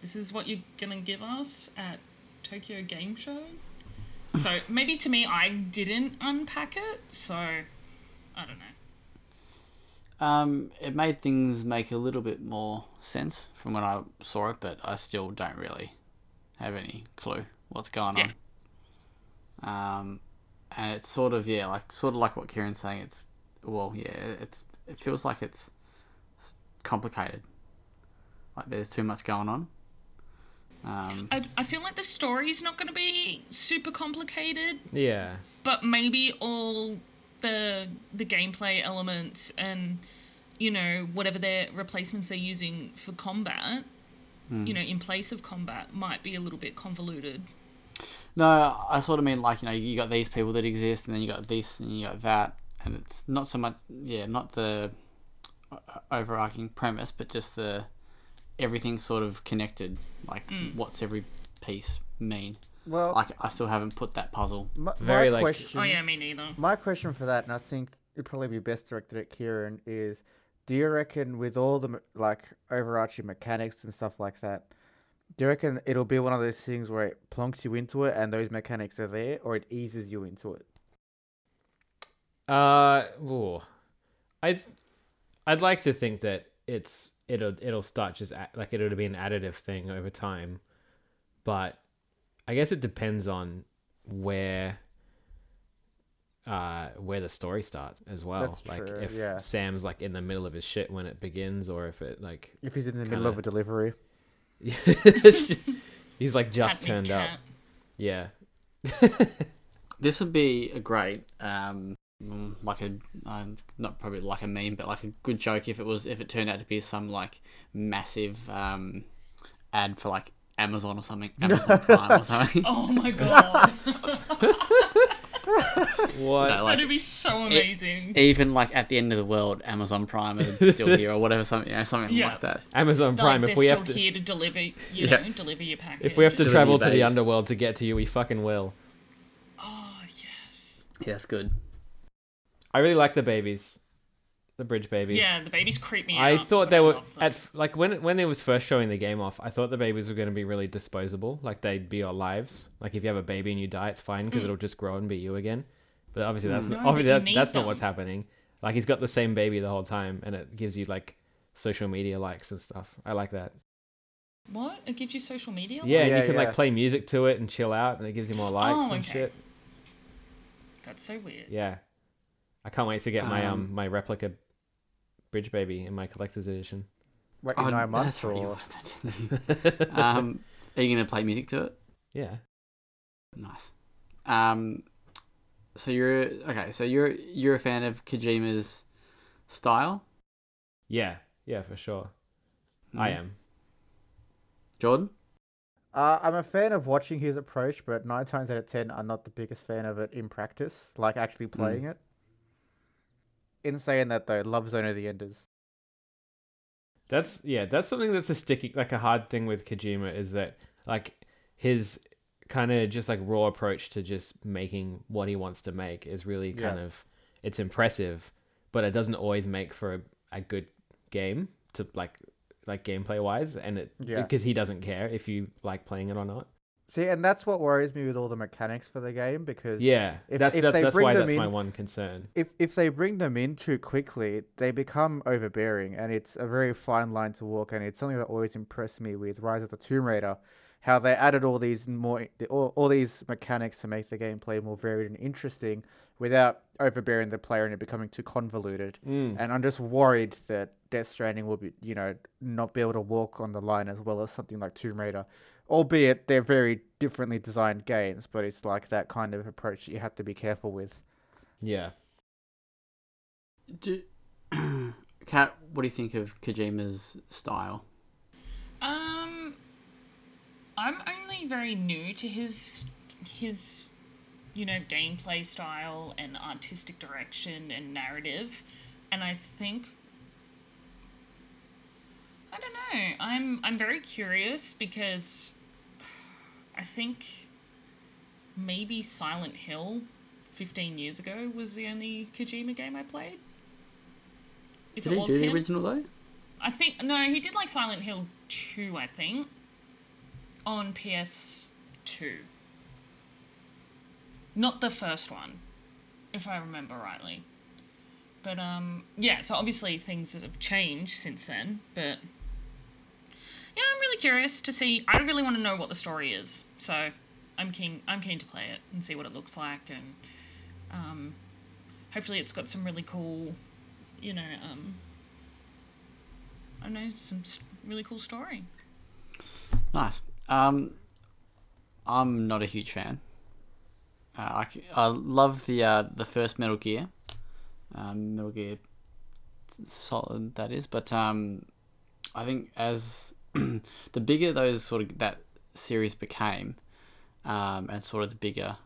This is what you're gonna give us at Tokyo Game Show. So maybe to me, I didn't unpack it. So I don't know.
Um, it made things make a little bit more sense from when I saw it, but I still don't really have any clue what's going
Yeah.
on. Um, and it's sort of yeah, like sort of like what Kieran's saying. It's well, yeah, it's it feels like it's s- complicated. Like there's too much going on. Um,
I, I feel like the story's not gonna be super complicated.
Yeah.
but maybe all the the gameplay elements and you know whatever their replacements they're using for combat
Hmm.
you know in place of combat might be a little bit convoluted
No, I sort of mean like you know you got these people that exist, and then you got this, and you got that, and it's not so much yeah, not the o- overarching premise, but just the everything sort of connected. Like, what's every piece mean?
Well,
Like, I still haven't put that puzzle.
my,
very,
my
like-
question.
oh yeah me neither
My question for that, and I think it'd probably be best directed at Kieran, is do you reckon with all the me- like overarching mechanics and stuff like that, do you reckon it'll be one of those things where it plonks you into it and those mechanics are there, or it eases you into it?
Uh, ooh. I'd I'd like to think that it's it'll it'll start just a like it'll be an additive thing over time, but I guess it depends on where uh where the story starts as well.
That's
like
true,
if
yeah.
Sam's like in the middle of his shit when it begins, or if it like [laughs]
If he's in the middle of a
Kinda.
delivery,
he's like just
Padme's
turned
cat.
up. Yeah.
This would be a great um mm, like a um, not probably like a meme, but like a good joke if it was if it turned out to be some like massive um ad for like Amazon or something, Amazon Prime or something.
oh
[laughs]
my god [laughs]
What?
[laughs] No, like,
that'd be so amazing
even like at the end of the world, Amazon Prime
[laughs]
is still here or whatever, something you know, something
Yeah.
like that.
Amazon
They're
Prime.
like,
if
they're
we
still
have to,
here to
[laughs]
deliver you
Yeah.
know deliver your package
if we have to
Delivery
travel to the
babe.
underworld to get to you, we fucking will.
oh yes
Yeah, that's good.
I really like the babies, the bridge babies.
yeah the babies creep me
I
out,
thought
but
they
I
were
love them.
at f- like when when they was first showing the game off. I thought the babies were going to be really disposable, like they'd be our lives. Like if you have a baby and you die, it's fine because it'll just grow and be you again. But
Mm.
obviously that's not,
Mm. No,
obviously
but you
that,
need
that's not what's
them.
happening. Like he's got the same baby the whole time, and it gives you like social media likes and stuff. I like that.
what it gives you social media
Yeah, and
Yeah,
you can
yeah.
like play music to it and chill out, and it gives you more likes
Oh,
and
okay.
shit.
that's so weird
Yeah, I can't wait to get my um,
Um,
my replica bridge baby in my collector's edition.
like in nine months,
Oh, Um, that's right, you
or
want that, didn't
[laughs]
you? [laughs] um, are you gonna play music to it?
Yeah.
Nice. Um, so you're okay. So you're you're a fan of Kojima's style.
Yeah. Yeah, for sure. I
Mm-hmm.
Mhm.
am.
Jordan.
uh, I'm a fan of watching his approach, but nine times out of ten, I'm not the biggest fan of it in practice, like actually
Hmm.
playing it. In saying that, though, love Zone of the Enders.
That's yeah, that's something that's a sticky like a hard thing with Kojima is that like his kind of just like raw approach to just making what he wants to make is really kind
Yeah.
of it's impressive, but it doesn't always make for a, a good game to like like gameplay wise and it
Yeah.
because he doesn't care if you like playing it or not.
See, and that's what worries me with all the mechanics for the game because
Yeah.
If-
that's
if
that's
they
that's
bring
why
them
that's my
in-
one concern.
if if they bring them in too quickly, they become overbearing, and it's a very fine line to walk. And it's something that always impressed me with Rise of the Tomb Raider, how they added all these more all, all these mechanics to make the gameplay more varied and interesting, without overbearing the player and it becoming too convoluted. And I'm just worried that Death Stranding will be, you know, not be able to walk on the line as well as something like Tomb Raider. Albeit they're very differently designed games, but it's like that kind of approach that you have to be careful with.
Yeah.
Do, [clears throat] Kat, what do you think of Kojima's style?
Um, I'm only very new to his his you know gameplay style and artistic direction and narrative, and I think I don't know. I'm I'm very curious because I think maybe Silent Hill 15 years ago was the only Kojima game I played. If
Did
it
he
was
do the
him-
original though?
I think no, he did like Silent Hill two, I think, on PS two. Not the first one, if I remember rightly. But um, yeah. So obviously things have changed since then. But yeah, I'm really curious to see. I really want to know what the story is. So I'm keen. I'm keen to play it and see what it looks like, and um, hopefully it's got some really cool, you know, um, I know some s- really cool story.
Nice. Um, I'm not a huge fan. Uh, I, c- I love the uh, the first Metal Gear, um, Metal Gear Solid that is, but um, I think as [clears throat] the bigger those sort of that series became, um, and sort of the bigger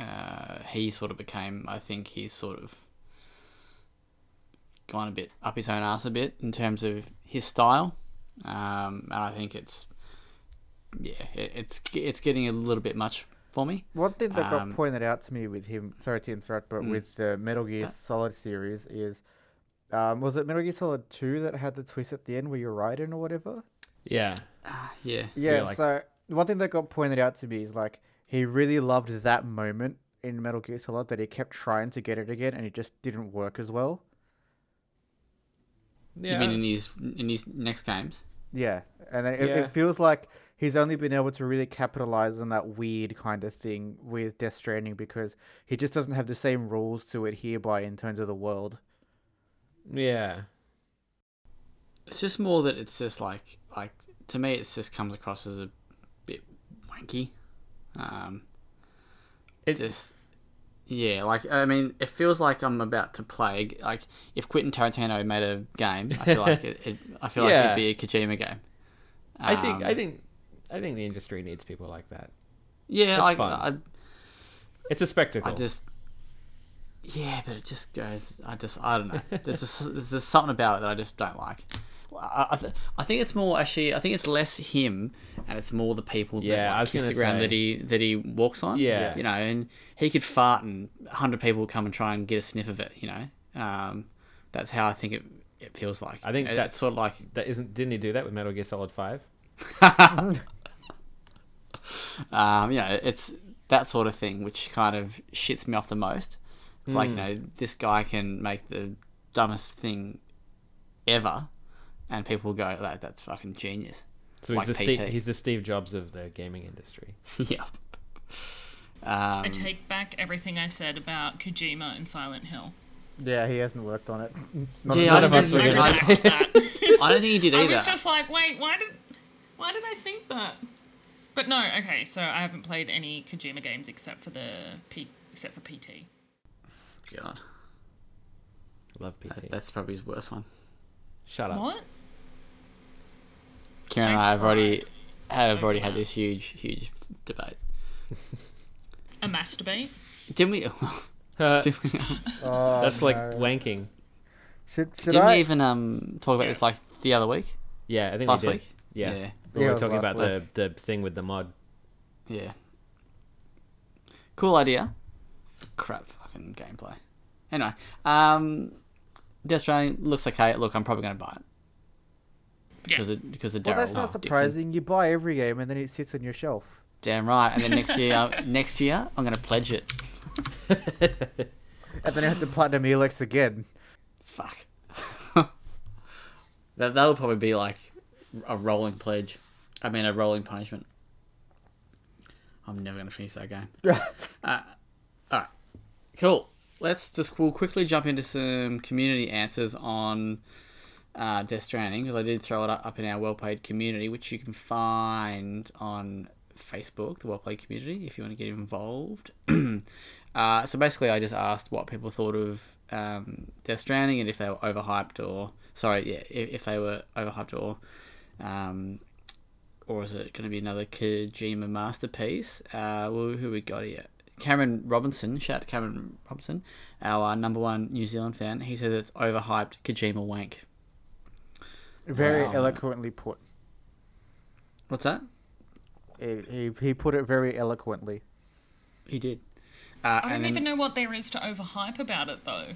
uh, he sort of became, I think he's sort of gone a bit up his own ass a bit in terms of his style. Um, and I think it's yeah, it, it's it's getting a little bit much for me.
One thing that
Um,
got pointed out to me with him, sorry to interrupt, but with the Metal Gear
Yeah.
Solid series is, um, was it Metal Gear Solid 2 that had the twist at the end where you're Raiden or whatever?
Yeah. Ah,
Yeah,
Yeah,
like-
so one thing that got pointed out to me is like, he really loved that moment in Metal Gear Solid that he kept trying to get it again and it just didn't work as well.
Yeah.
you mean in his in his next games?
Yeah, and then it,
Yeah.
it feels like he's only been able to really capitalize on that weird kind of thing with Death Stranding because he just doesn't have the same rules to adhere by in terms of the world.
yeah.
It's just more that it's just like like to me, it just comes across as a bit wanky. Um,
It-
just yeah, like I mean, it feels like I'm about to play a g- like if Quentin Tarantino made a game, I
[laughs]
feel like it, it I feel
Yeah.
like it'd be a Kojima game.
I think I
Um,
think I think the industry needs people like that.
yeah,
it's
I,
fun.
I
It's a spectacle.
I just yeah, but it just goes. I just I don't know. There's just [laughs] there's just something about it that I just don't like. I, I, th- I think it's more actually. I think it's less him, and it's more the people. That,
Yeah,
like,
I was
kiss
gonna
the ground
say.
that he that he walks on.
Yeah.
you know, and he could fart, and hundred people would come and try and get a sniff of it. You know, um, that's how I think it it feels like.
I think
It-
that's-
it's sort of like
that isn't didn't he do that with Metal Gear Solid Five?
um, you know, it's that sort of thing which kind of shits me off the most. It's like, you
Hmm.
know, this guy can make the dumbest thing ever, and people go, that, that's fucking genius. [laughs]
So he's
Like
the Steve,
PT.
he's the Steve Jobs of the gaming industry.
yeah. Um,
Mm.
I take back everything I said about Kojima and Silent Hill.
Yeah, he hasn't worked on [laughs] it. Not
Yeah,
enough.
None of us
don't
were
think-
gonna
I-
say [laughs]
that.
I don't think he
[laughs]
did
I
either.
was just like, wait, why did, why did I think that? But no, okay. So I haven't played any Kojima games except for the P, except for PT.
God,
Love PT.
that, that's probably his worst one.
Shut up.
What?
Kieran and I have already have already had
cried.
this huge, huge debate.
A masturbate?
Didn't we? [laughs]
Uh,
didn't we,
Oh,
that's like
no.
wanking.
Should, should
didn't
I?
we even um, talk about
Yes.
this like the other week?
Yeah, I think
Last
we did.
week?
Yeah.
Yeah.
When
Yeah, it
we were
was
talking
last
about the, the thing with the mod.
Yeah. Cool idea. Crap fucking gameplay. Anyway, um, Death Stranding looks okay. Look, I'm probably going to buy it. Because of, because of
Well,
Daryl
that's not
Dixon.
surprising. You buy every game and then it sits on your shelf.
Damn right. And then next year,
[laughs]
next year I'm going to pledge it.
And then you have to platinum Elex again.
Fuck. [laughs] that that'll probably be like a rolling pledge. I mean, a rolling punishment. I'm never going to finish that game. Uh, Cool. Let's just we'll quickly jump into some community answers on uh, Death Stranding because I did throw it up up in our well played community, which you can find on Facebook, the well played community, if you want to get involved. [clears throat] uh, Uh, so basically, I just asked what people thought of um, Death Stranding and if they were overhyped or sorry, yeah, if, if they were overhyped or um, or is it going to be another Kojima masterpiece? Uh, who, who we got here? Cameron Robinson, shout out to Cameron Robinson, our uh, number one New Zealand fan. He says it's overhyped Kojima wank.
Very
Wow.
eloquently put.
What's that?
He, he, he put it very eloquently.
He did. Uh,
I don't
and then,
even know what there is to overhype about it, though.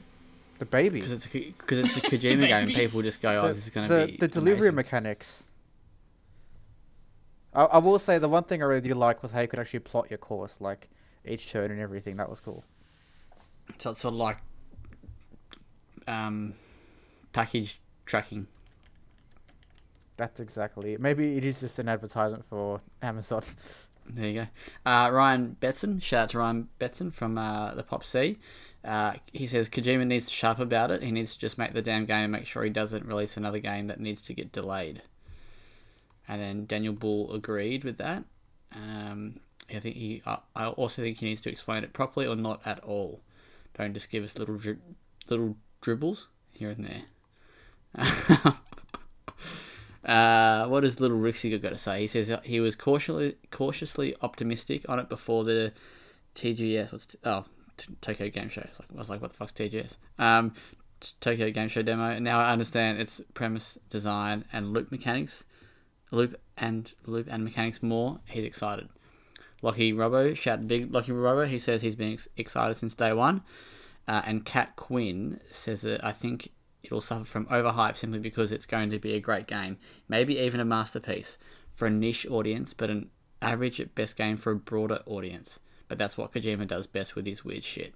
The baby.
because it's because it's a
[laughs]
Kojima game.
babies.
People just go, "Oh, this is going to
the,
be
the delivery
amazing."
mechanics. I, I will say the one thing I really did like was how you could actually plot your course, like each turn and everything. That was cool.
So it's sort of like um, package tracking.
That's exactly it. Maybe it is just an advertisement for Amazon. [laughs]
There you go. Uh, Ryan Betson, shout out to Ryan Betson from uh, the Pop C. Uh, he says Kojima needs to sharp about it. He needs to just make the damn game and make sure he doesn't release another game that needs to get delayed. And then Daniel Bull agreed with that. Um, I think he. I, I also think he needs to explain it properly or not at all. Don't just give us little drib- little dribbles here and there. Uh, what has little Rixiger got to say? He says he was cautiously cautiously optimistic on it before the TGS. What's t- oh t- Tokyo Game Show? It's like, I was like, what the fuck's TGS? Um, t- Tokyo Game Show demo. Now I understand its premise, design, and loop mechanics, loop and loop and mechanics more. He's excited. Lockie Robbo, shout big Lockie Robbo. He says he's been ex- excited since day one. Uh, and Kat Quinn says that I think it'll suffer from overhype simply because it's going to be a great game, maybe even a masterpiece for a niche audience, but an average at best game for a broader audience. But that's what Kojima does best with his weird shit.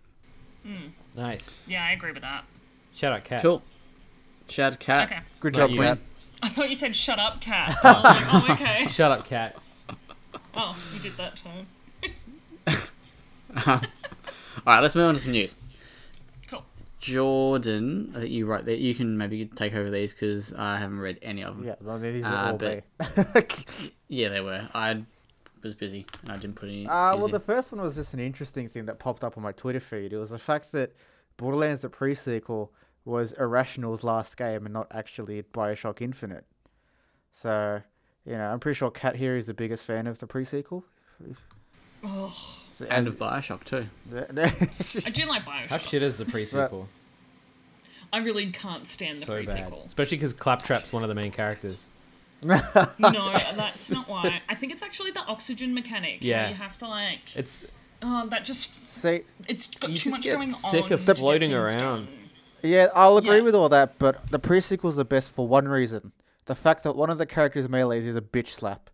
Nice.
Yeah, I agree with that.
Shout out, Cat.
Cool. Shout out to Kat.
Okay.
Good
Like
job,
you.
Brad.
I thought you said shut
[laughs]
up, cat. I was like, oh, okay.
Shut up, Cat.
Oh, you did that too.
All right, let's move on to some news.
Cool.
Jordan, I think you wrote that. You can maybe take over these because I haven't read any of them.
Yeah, well, these are
Uh,
all
but-
[laughs] me.
Yeah, they were. I was busy and I didn't put any.
Uh,
news
well,
in.
the first one was just an interesting thing that popped up on my Twitter feed. It was the fact that Borderlands the prequel was Irrational's last game and not actually Bioshock Infinite. So, you know, I'm pretty sure Kat here is the biggest fan of the prequel.
Oh,
So,
and of Bioshock too.
[laughs]
I do like
How
Bioshock.
shit is the pre-sequel?
I really can't stand the
so bad.
prequel.
Especially because Claptrap's one of the main characters. [laughs]
no, that's not why. I think it's actually the oxygen mechanic. how
Yeah.
You have to like.
It's
Oh, that just.
[laughs] See,
It's got
You
too
just
much
get
going
sick
on.
of
to get
floating
things
around.
done.
yeah, I'll agree
Yeah.
with all that, but the prequel's the best for one reason. The fact that one of the characters' melees is a bitch slap.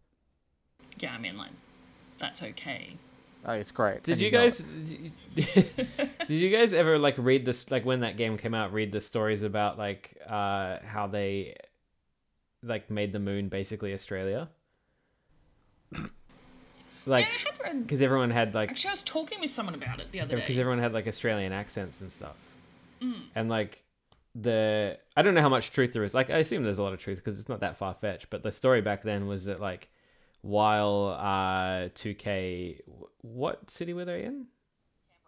Yeah, I mean, like,
[laughs]
that's okay.
Oh, it's great.
Did
and
you
know it.
guys [laughs] did you guys ever like read this like when that game came out read the stories about like uh how they like made the moon basically Australia? Like
[laughs] yeah, I had read.
cuz everyone had like
Actually, I was talking with someone about it the other
because
day.
everyone had like Australian accents and stuff. And like the I don't know how much truth there is. Like I assume there's a lot of truth because it's not that far fetched. But the story back then was that like while uh 2K wh- what city were they in?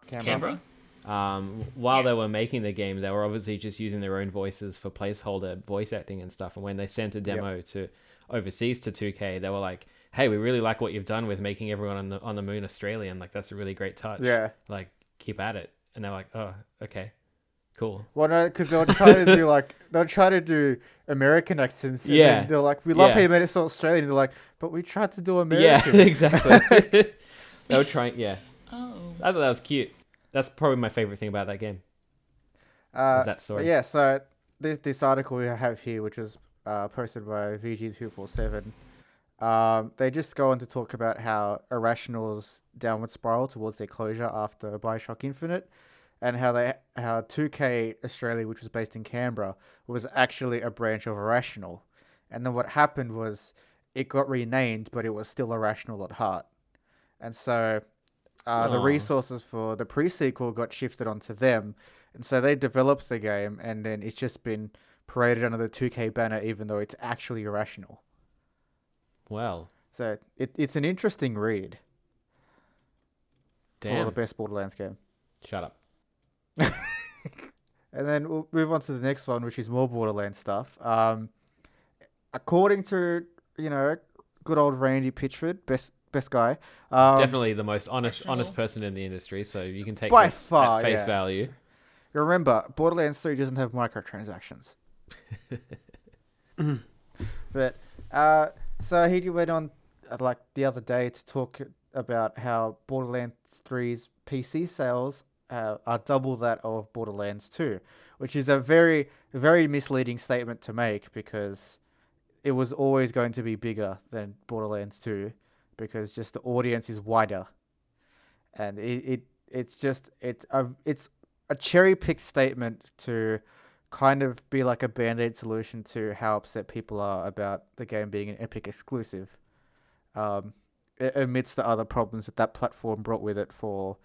Canberra.
Um, while
Yeah.
they were making the game, they were obviously just using their own voices for placeholder voice acting and stuff. And when they sent a demo to overseas to 2K, they were like, "Hey, we really like what you've done with making everyone on the on the moon Australian. Like that's a really great touch.
Yeah.
like keep at it." And they're like, "Oh, okay, cool."
Well, no, because they'll try to do like they'll try to do American accents. And
Yeah.
yeah, they're like, we love how
Yeah.
you made it so Australian. They're like, but we tried to do
Yeah,
American.
[laughs]
[laughs]
exactly. they were trying. Yeah,
Oh.
I thought that was cute. That's probably my favorite thing about that game.
uh,
Is that
but
story?
yeah. So this this article we have here, which was uh, posted by VG two four seven, um, they just go on to talk about how Irrational's downward spiral towards their closure after Bioshock Infinite, and how they how two K Australia, which was based in Canberra, was actually a branch of Irrational, and then what happened was it got renamed, but it was still Irrational at heart, and so. Uh, the
Aw.
resources for the pre-sequel got shifted onto them, and so they developed the game, and then it's just been paraded under the 2K banner, even though it's actually irrational.
Well,
So it, it's an interesting read for the
damn.
best Borderlands game.
Shut up.
And then we'll move on to the next one, which is more Borderlands stuff. Um, according to you know, good old Randy Pitchford, best best guy. Um,
Definitely the most honest honest
Sure.
person in the industry, so you can take
By
this
far,
at face
yeah.
value. [laughs]
Remember, Borderlands 3 doesn't have microtransactions. [laughs] but uh, so he went on uh, like the other day to talk about how Borderlands 3's PC sales uh, are double that of Borderlands 2, which is a very very misleading statement to make because it was always going to be bigger than Borderlands 2 because just the audience is wider. And it, it it's just it's a it's a cherry picked statement to kind of be like a band aid solution to how upset people are about the game being an Epic exclusive, um, a- amidst the other problems that that platform brought with it for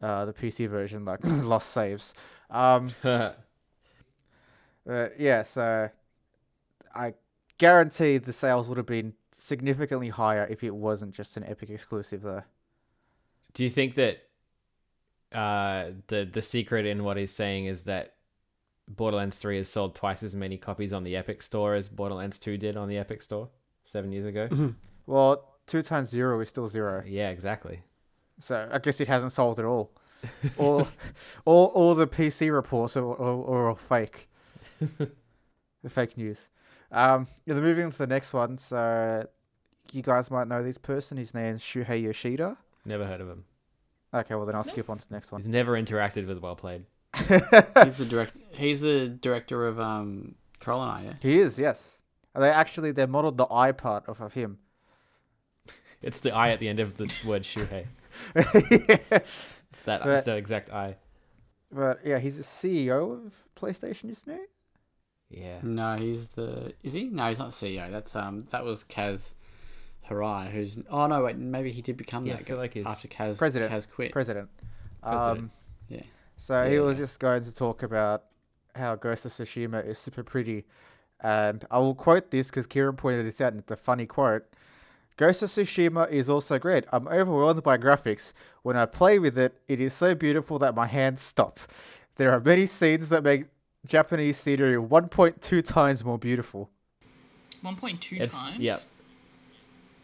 uh, the PC version, like lost saves. Um, but yeah, so I guarantee the sales would have been significantly higher if it wasn't just an Epic exclusive, though.
Do you think that uh, the the secret in what he's saying is that Borderlands Three has sold twice as many copies on the Epic Store as Borderlands Two did on the Epic Store seven years ago?
Mm-hmm. Well, two times zero is still zero.
yeah, exactly.
So I guess it hasn't sold at all. All, all, all the PC reports are, are, are all fake. the fake news. Um, yeah, then moving on to the next one. So you guys might know this person. His name's Shuhei Yoshida.
Never heard of him.
Okay, well then I'll skip on to the next one.
He's never interacted with Well Played.
He's the direct. He's the director of um, Troll and I. Yeah?
He is, yes. And They actually they modeled the eye part off of him.
It's the I at the end of the word Shuhei. It's
[laughs]
that,
Right.
it's that exact I.
But yeah, he's the CEO of PlayStation, isn't he?
Yeah.
Mm,
No, he's the. Is he? No, he's not CEO. That's um. That was Kaz Harai, who's. Oh no, wait. Maybe he did become
Yeah,
that
I feel
guy
like he's-
after Kaz.
President.
Kaz quit.
President.
President.
Um,
Yeah.
So he
Yeah,
was just going to talk about how Ghost of Tsushima is super pretty. And I will quote this because Kieran pointed this out and it's a funny quote. Ghost of Tsushima is also great. I'm overwhelmed by graphics. When I play with it, it is so beautiful that my hands stop. There are many scenes that make Japanese scenery 1.2 times more beautiful.
1.2
It's-
times.
yep.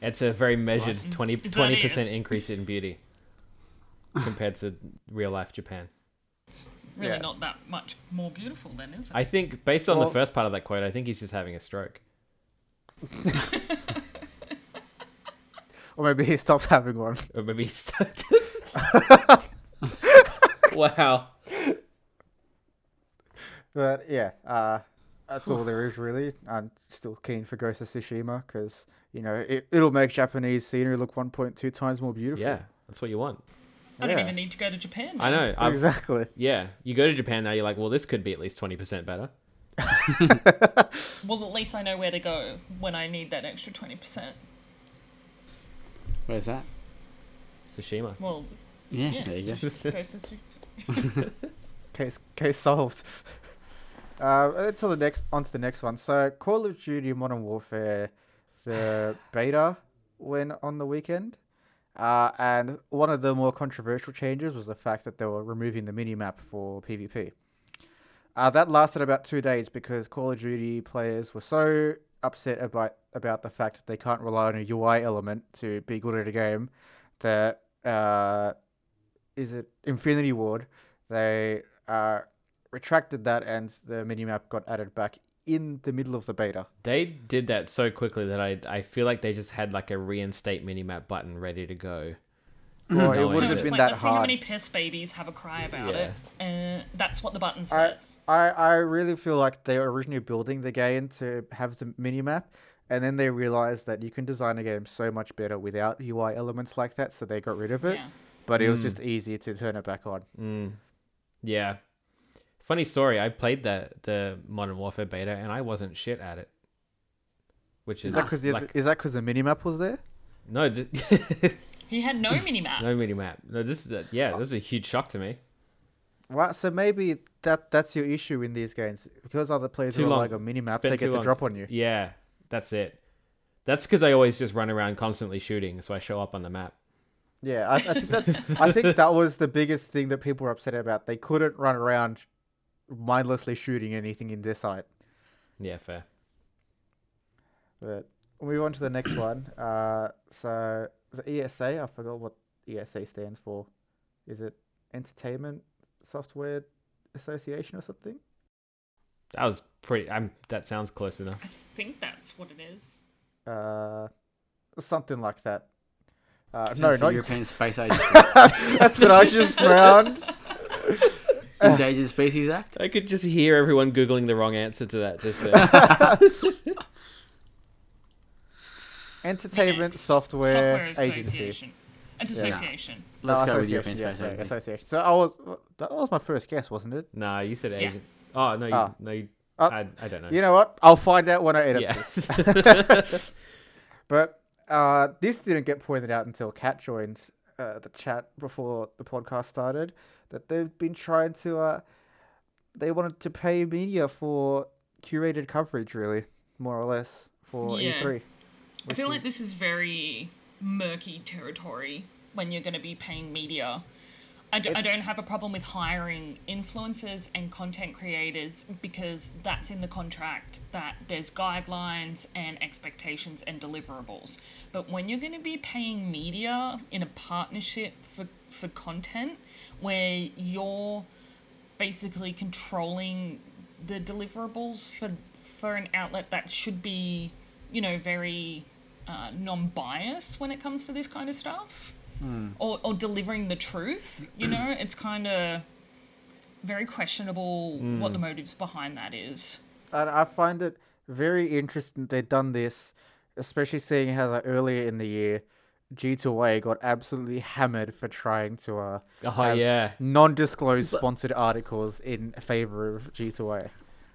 It's a very measured 20,
Is that it?
20% increase in beauty compared to real life Japan.
It's really
Yeah.
not that much more beautiful then, is it?
I think, based on
Well-
the first part of that quote, I think he's just having a stroke.
Or maybe he stopped having one.
Or maybe he started.
[laughs]
wow.
But yeah, uh, that's all there is really. I'm still keen for Ghost of Tsushima because you know it, it'll make Japanese scenery look 1.2 times more beautiful.
Yeah, that's what you want.
I don't
yeah.
even need to go to Japan.
I
now.
know. I've,
exactly.
Yeah, you go to Japan now, you're like, well, this could be at least 20% better.
Well, at least I know where to go when I need that extra 20%.
Where's that?
Tsushima.
Well,
Yeah.
Mm.
yeah.
There [laughs] you go.
it's just-
[laughs]
goes to-
Case case solved. [laughs] Uh, until the next, onto the next one. So, Call of Duty Modern Warfare, the beta went on the weekend, uh, and one of the more controversial changes was the fact that they were removing the minimap for PvP. Uh, that lasted about two days because Call of Duty players were so upset about about the fact that they can't rely on a UI element to be good at a game that uh, is it Infinity Ward? They uh, retracted that and the minimap got added back in the middle of the beta.
They did that so quickly that I, I feel like they just had like a reinstate minimap button ready to go.
Mm-hmm.
Or it
No,
wouldn't
it
have
it's
been
like,
that
let's see how
hard.
many piss babies have a cry about
Yeah.
it. Uh, that's what the button
I,
says.
I, I really feel like they were originally building the game to have the minimap, and then they realized that you can design a game so much better without UI elements like that, so they got rid of it.
Yeah.
But it was
Hmm.
just easier to turn it back on.
Mm. Yeah. Funny story, I played the, the Modern Warfare beta and I wasn't shit at it. Which
Is
is
that 'cause that
like,
because that because the minimap was there?
no, th- [laughs]
He had no minimap.
no minimap. No, this is a, yeah, this is a huge shock to me.
Right, so maybe that that's your issue in these games because other players
Too
are
long.
like a minimap,
Spent
they
too
get the
long.
drop on you.
Yeah, that's it. That's because I always just run around constantly shooting, so I show up on the map.
Yeah, I, I think that I think that was the biggest thing that people were upset about. They couldn't run around mindlessly shooting anything in their sight.
Yeah, fair.
But we'll move on to the next one. Uh, so the ESA, I forgot what ESA stands for. Is it Entertainment Software Association or something?
That was pretty. I'm. That sounds close enough.
I think that's what it is.
Uh, something like that. Uh,
Since
no,
the
not
European [laughs] Space Agency
[laughs] that's what I
[laughs]
just found.
Endangered Species Act.
I could just hear everyone googling the wrong answer to that. Just there.
Entertainment
Next.
Software,
Software
Agency.
Association. It's association.
Let's
Oh,
go with
association,
European
yeah,
Space
sorry,
Agency.
Association. So I was that was my first guess, wasn't it?
[laughs] nah, you said
Yeah.
agent. Oh no, you,
Ah.
no, you,
Uh,
I, I don't know. [laughs]
You know what? I'll find out when I edit
yeah.
this. But uh, this didn't get pointed out until Kat joined uh, the chat before the podcast started that they've been trying to. Uh, they wanted to pay media for curated coverage, really, more or less, for E
Yeah.
E3.
I
which
feel like
is-
this is very murky territory when you're going to be paying media. I, d- I
It's-
don't have a problem with hiring influencers and content creators because that's in the contract that there's guidelines and expectations and deliverables. But when you're going to be paying media in a partnership for, for content where you're basically controlling the deliverables for for an outlet that should be, you know, very uh, non-biased when it comes to this kind of stuff, or or delivering the truth. You know, it's kind of very questionable what the motives behind that is.
And I find it very interesting they've done this, especially seeing how like, earlier in the year, G2A got absolutely hammered for trying to uh,
[laughs]
[laughs]
oh yeah.
non-disclosed sponsored articles in favor of G2A.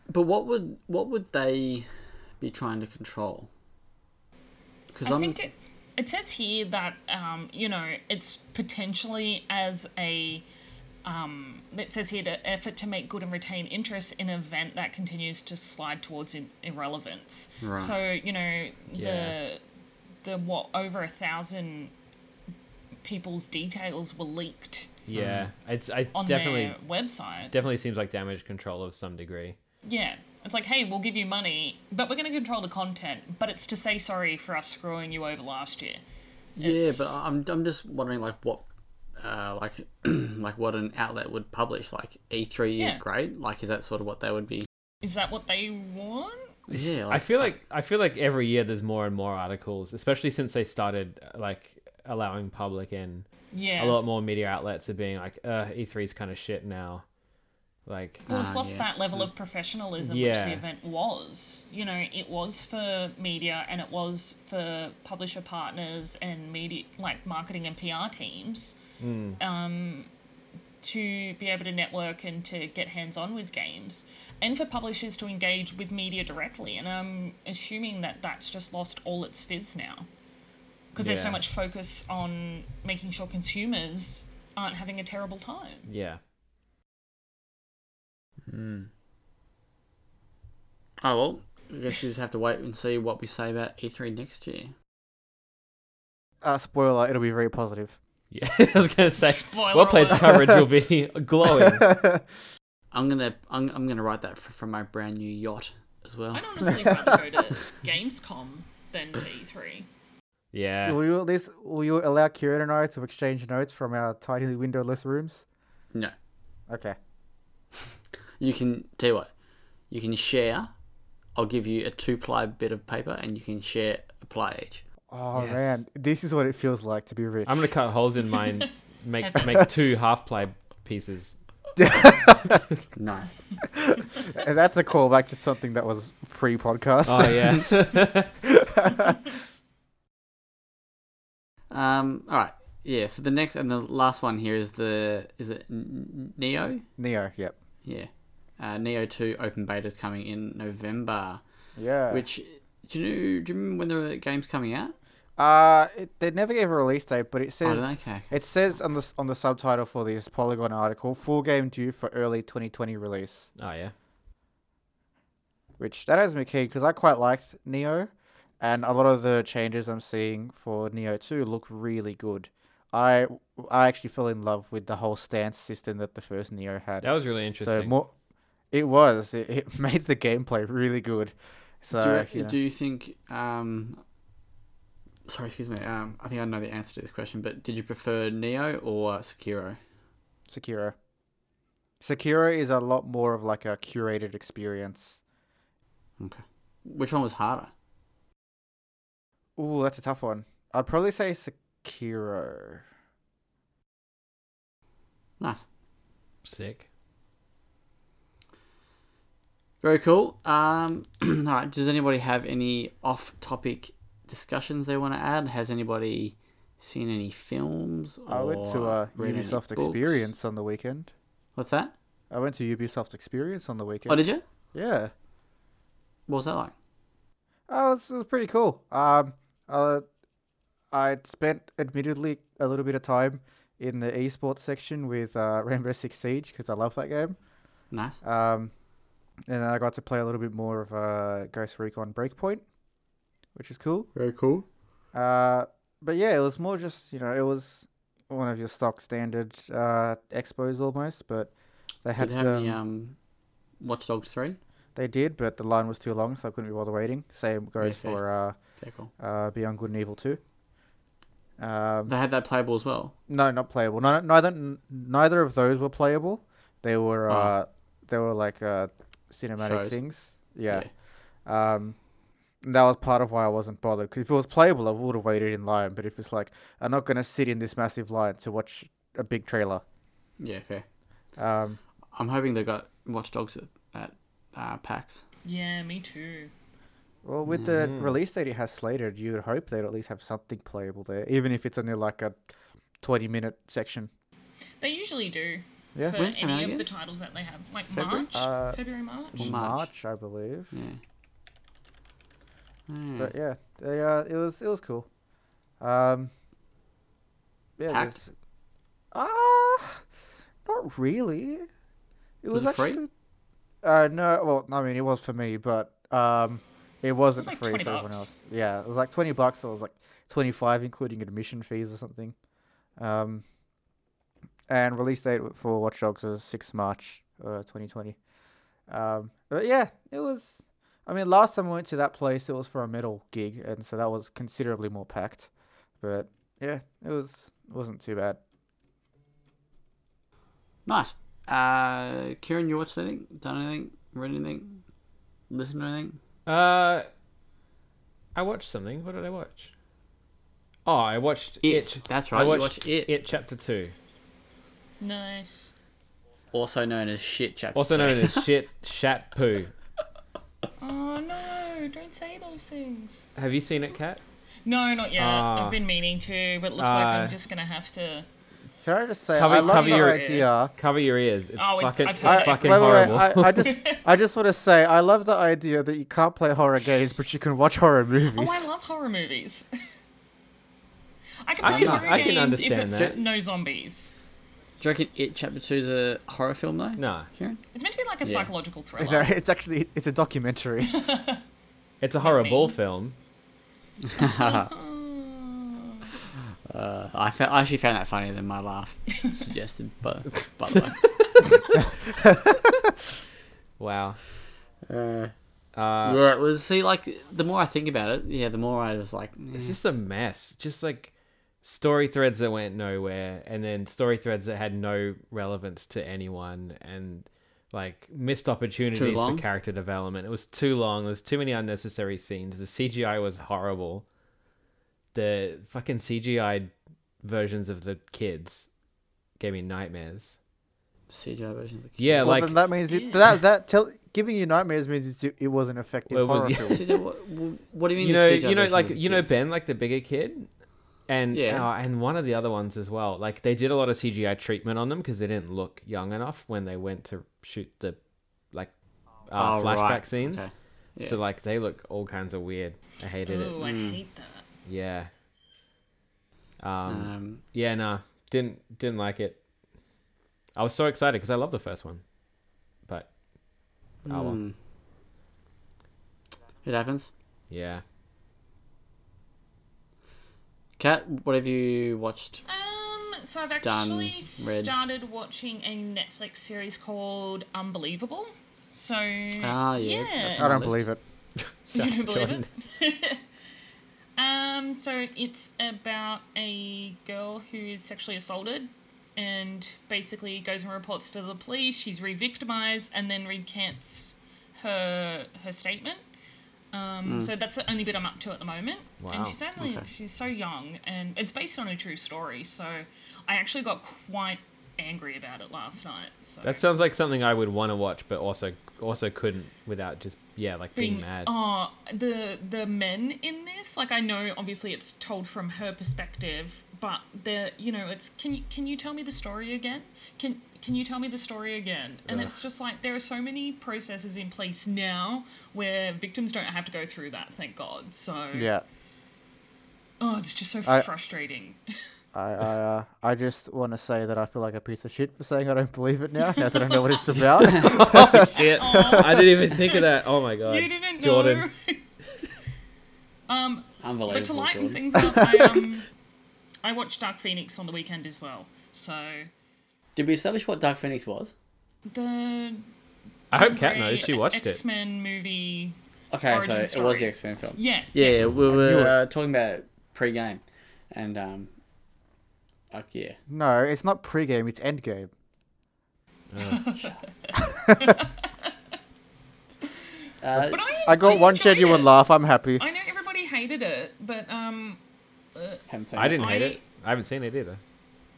But what would what would they be trying to control? Because
I
I'm
think it, it says here that um, you know it's potentially as a um, it says here the effort to make good and retain interest in an event that continues to slide towards in- irrelevance.
Right.
So you know
Yeah.
the the what over a thousand people's details were leaked
Yeah. It's. I
on
definitely.
their website.
Definitely seems like damage control of some degree.
yeah. It's like, hey, we'll give you money, but we're going to control the content. But it's to say sorry for us screwing you over last year.
yeah,
it's-
but I'm I'm just wondering like what. Uh, like, [clears throat] like what an outlet would publish. Like E3 is
Yeah.
great. Like, is that sort of what they would be?
Is that what they want?
Yeah,
I feel like I feel like every year there's more and more articles, especially since they started uh, like allowing public in.
Yeah.
A lot more media outlets are being like, uh, E3's kind of shit now. Like,
Well,
Ah,
it's lost
yeah.
that level of professionalism which
Mm, Yeah.
the event was. You know, it was for media and it was for publisher partners and media, like marketing and PR teams,
Mm.
um, to be able to network and to get hands on with games, and for publishers to engage with media directly. And I'm assuming that that's just lost all its fizz now. Because there's so
Yeah.
much focus on making sure consumers aren't having a terrible time.
yeah, [laughs]
hmm. Oh well, I guess you just have to wait and see what we say about E3 next year.
Uh, spoiler, it'll be very positive.
yeah. I was gonna say,
Spoiler
well, plates
alert.
coverage will [laughs] be glowing.
[laughs]
I'm gonna I'm, I'm gonna write that for, for my brand new yacht as well.
I'd honestly rather go to Gamescom than to E E3.
Yeah,
[laughs] will you at least will you allow Kieran and I to exchange notes from our tiny windowless rooms?
No,
Okay.
you can tell you what, you can share. I'll give you a two ply bit of paper, and you can share a ply each.
Oh
Yes.
man, this is what it feels like to be rich.
I'm gonna cut holes in [laughs] mine, make make two half play [laughs] pieces.
Nice.
And [laughs] that's a callback to something that was pre-podcast.
Oh yeah. [laughs]
Um. All right. Yeah. So the next and the last one here is the is it N- Neo?
[laughs] Neo, yep.
Yeah. Uh, Neo two open beta is coming in November.
Yeah.
Which do you, do you remember when the game's coming out?
uh, it, they never gave a release date, but it
Oh,
says
okay.
it says on the s- on the subtitle for this Polygon article, full game due for early 2020 release.
oh yeah.
which that has me keen because I quite liked Neo, and a lot of the changes I'm seeing for Neo Two look really good. I I actually fell in love with the whole stance system that the first Neo had.
That was really
so
interesting.
more, it was it, it [laughs] made the gameplay really good. So
do, you,
you
reckon-
know.
do you think? Um, sorry, excuse me. Um, I think I know the answer to this question, but did you prefer Neo or Sekiro?
Sekiro. Sekiro is a lot more of like a curated experience.
Which one was harder?
Ooh, that's a tough one. I'd probably say Sekiro.
Nice.
Sick.
Very cool. Um, [clears throat] all right. Does anybody have any off-topic discussions they want to add? Has anybody seen any films? Or
I went to uh,
read any
Ubisoft
books?
Experience on the weekend.
What's that?
I went to Ubisoft Experience on the weekend.
Oh, did you?
yeah.
What was that like?
Oh, it was, it was pretty cool. Um, uh, I spent admittedly a little bit of time in the esports section with uh, [laughs] Rainbow Six Siege because I love that game.
Nice.
Um, and then I got to play a little bit more of uh, Ghost Recon Breakpoint, which is cool.
Very cool.
Uh, but yeah, it was more just you know it was one of your stock standard uh, expos almost, but they had
Did they have any
some-
um, Watch Dogs Three?
they did, but the line was too long, so I couldn't be bothered waiting. Same goes
Okay.
for uh,
Very cool.
uh, Beyond Good and Evil 2. Um,
They had that playable as well.
no, not playable. No, neither n- neither of those were playable. They were
Oh.
uh, they were like uh, cinematic
Shows.
things. Yeah. Um, and that was part of why I wasn't bothered. 'cause if it was playable, I would have waited in line. But if it's like, I'm not gonna sit in this massive line to watch a big trailer.
Yeah. Yeah. Fair.
Um,
I'm hoping they got Watch Dogs at, at uh, PAX.
Yeah, me too.
well, with the
Mm-hmm.
release date it has slated, you'd hope they'd at least have something playable there, even if it's only like a 20 minute section.
They usually do
Yeah.
for
When's it come out
any of
again?
the titles that they have, like
February?
March,
Uh,
February, March.
Well, March.
March, I believe.
Yeah. Hmm.
But yeah, they uh, it was it was cool. Um, yeah,
Packed?
there's- ah, not really. It
Was
was,
it free?
actually. Uh, no, well, I mean, it was for me, but um, it wasn't
like
free
20
for everyone
bucks.
else. Yeah, it was like twenty bucks. Or it was like twenty five, including admission fees or something. Um, and release date for Watch Dogs was six March, uh, twenty twenty. Um, but yeah, it was. I mean, last time I went to that place, it was for a metal gig, and so that was considerably more packed. But yeah, it was wasn't too bad.
Nice. Uh, Kieran, you watched anything? Done anything? Read anything? Listened to anything?
Uh, I watched something. What did I watch? Oh, I watched
It.
it.
That's
I
right.
watched
you watched it.
It Chapter Two,
Nice.
Also known as shit chapter.
also known
two.
as Shit Shat Poo.
Oh no! Don't say those things.
Have you seen it, Kat?
No, not yet.
Ah.
I've been meaning to, but it looks like
Ah.
I'm just gonna have to.
Can I just say,
Cover-
I love
cover
the
your-
idea.
Cover your ears. It's
Oh, it-
fucking,
I've
it's
heard it.
fucking
Wait, wait, wait,
horrible.
I, I just, I just want to say, I love the idea that you can't play horror games, but you can watch horror
Oh,
movies. [laughs]
I love horror movies. [laughs] I can
I
play
can-
horror
I can
games
understand
if it's
that.
no zombies.
[laughs] Do you reckon it chapter two is a horror film though?
[laughs] Nah,
Kieran. [laughs]
It's meant to be like a
Yeah.
[laughs]
psychological thriller.
No, it's actually it's a documentary.
it's a horror
me.
ball film.
Oh.
Uh, I, fa- I actually found that funnier than my laugh suggested, [laughs] but
[laughs]
but like,
Wow.
uh,
Uh,
yeah, it was see like the more I think about it, yeah, the more I was like, eh.
It's just a mess. Just like story threads that went nowhere, and then story threads that had no relevance to anyone, and like missed opportunities for
long?
character development. It was too long. There's too many unnecessary scenes. The CGI was horrible. The fucking CGI versions of the kids gave me nightmares.
CGI version of the kid.
[laughs]
Yeah,
well,
like
then that means it, that that tell, giving you nightmares means it's, it was an effective
Well, it was-
horror
yeah. [laughs]
film.
CGI, what, what do you mean?
you
the
know,
CGI
you know,
version
like
of the
you know
kids?
Ben, like the bigger kid, and
Yeah.
uh, and one of the other ones as well. Like they did a lot of CGI treatment on them because they didn't look young enough when they went to shoot the like uh,
Oh,
flashback
right.
scenes.
Okay.
So like they look all kinds of weird. I hated
Ooh,
Oh.
it.
I hate that.
Yeah. Um.
Um,
yeah. Nah. Didn't didn't like it. I was so excited because I love the first one, but oh well.
hmm. It happens.
Yeah.
Kat, what have you watched?
Um, so I've
Done.
actually
Red.
started watching a Netflix series called Unbelievable. So
Ah, yeah, that's
yeah.
on
I
my
don't
list.
believe it.
[laughs]
[laughs] You don't believe
Jordan.
it? [laughs] um, so it's about a girl who is sexually assaulted and basically goes and reports to the police. She's re victimized and then recants her her statement. Um, So that's the only bit I'm up to at the moment.
Hmm. Wow.
And she's only
Okay.
she's so young, and it's based on a true story. So I actually got quite angry about it last night. So
That sounds like something I would want to watch, but also also couldn't without just yeah, like being, mad. [laughs]
Oh, the the men in this, like I know, obviously it's told from her perspective, but the you know it's can you can you tell me the story again? Can can you tell me the story again? And
Ugh.
it's just like there are so many processes in place now where victims don't have to go through that, thank God. So
Yeah.
oh, it's just so
I-
frustrating.
I I, uh, I just want to say that I feel like a piece of shit for saying I don't believe it now. Now that I know what
[laughs]
it's about.
Shit. I didn't even think of that. Oh my god.
[laughs] you didn't
Jordan.
know. um,
Unbelievable.
but to lighten
Jordan.
things up, I
[laughs]
um, I watched Dark Phoenix on the weekend as well. So.
Did we establish what Dark Phoenix was?
The
I hope Kat knows. She watched
X Men movie.
Okay,
Origin
so it
story.
was the X Men film.
Yeah.
Yeah, we
knew
were
it.
uh, talking about pre-game, and um, like yeah,
[laughs] no, it's not pre-game. It's endgame.
uh,
But I,
I got
did
one
enjoy
genuine
it.
laugh. I'm happy.
I know everybody hated it, but um
haven't
it.
seen
I
it.
didn't hate
I-
it. I haven't seen it either.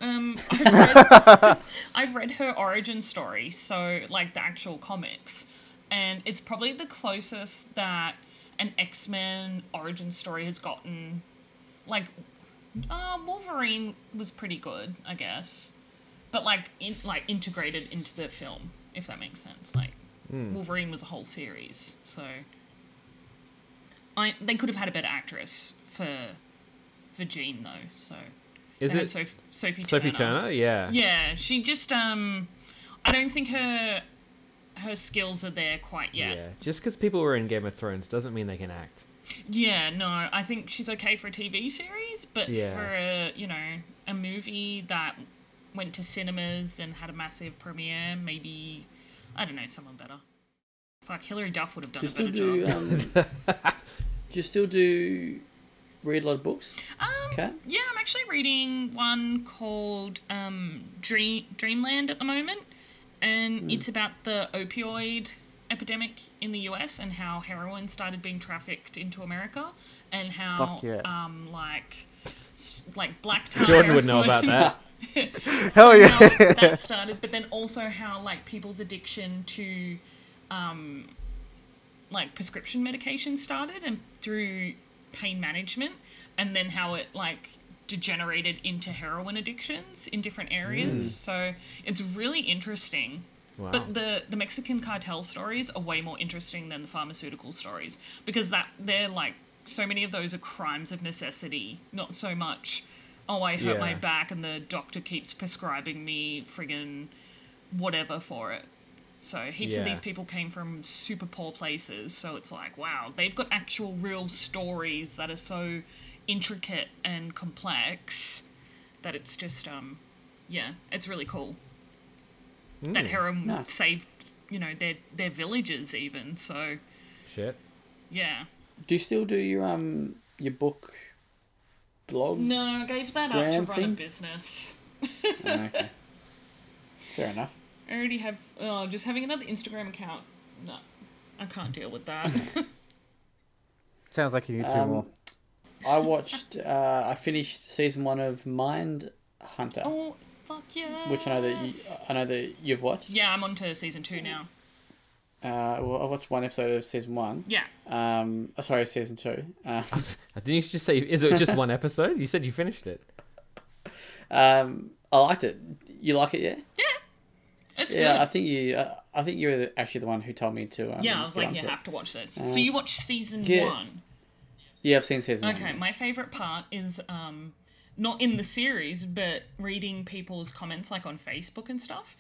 um I've read, I've read her origin story, so like the actual comics, and it's probably the closest that an X Men origin story has gotten. Like, uh, Wolverine was pretty good, I guess, but like in, like integrated into the film, if that makes sense. Like, Wolverine was a whole series, so I they could have had a better actress for for Jean though. So
Is
They
it
had Soph- Uh, Sophie
Sophie Turner? Yeah.
yeah, she just um, I don't think her her skills are there quite
Yeah.
yet. Yeah.
Just because people were in Game of Thrones doesn't mean they can act.
no, I think she's okay for a TV series, but
Yeah.
for a you know a movie that went to cinemas and had a massive premiere, maybe I don't know someone better. Fuck, Hilary Duff would have done
Do you
a
still
better
do?
job.
Um, do you still do read a lot of books?
Um,
Okay.
Yeah, I'm actually reading one called um, Dream Dreamland at the moment, and
Hmm.
it's about the opioid epidemic in the U.S. and how heroin started being trafficked into America, and how
Fuck yeah.
um like s- like black tar
Jordan would
[laughs]
know about
heroin-
[laughs] that.
Hell
how
yeah. [laughs]
that started, but then also how like people's addiction to um, like prescription medication started and through pain management, and then how it like degenerated into heroin addictions in different areas. So it's really interesting.
Wow.
But the, the Mexican cartel stories are way more interesting than the pharmaceutical stories because that they're like so many of those are crimes of necessity, not so much oh I hurt my
Yeah.
back and the doctor keeps prescribing me friggin' whatever for it. So heaps of
Yeah.
these people came from super poor places, so it's like wow, they've got actual real stories that are so intricate and complex that it's just um yeah, it's really cool
Hmm,
that heroin
Nice.
saved you know their their villages even so
Shit. [laughs]
yeah
Do you still do your um your book blog?
no i gave that up to
Grand
run a
thing?
business
Oh, okay. Fair enough.
i already have oh just having another instagram account no i can't deal with
[laughs]
that [laughs]
Sounds like you need two
Um,
more.
I watched. Uh, I finished season one of Mind Hunter,
oh fuck yeah
which I know that you, I know that you've watched.
yeah i'm on to season two now
Uh, well, I watched one episode of season one.
yeah
Um, oh, sorry, season two. Uh,
I was- Didn't you just say? Is it just one episode? You said you finished it.
um, I liked it. You like it, yeah?
it's
Yeah, I
good
think you. Uh, I think you're the- actually the one who told me to. Um,
yeah i was
get
like
onto
you
it.
have to watch this
Uh,
so you watch season
yeah.
one
Yeah, I've seen season
Okay,
one.
my favorite part is um not in the series, but reading people's comments like on Facebook and stuff,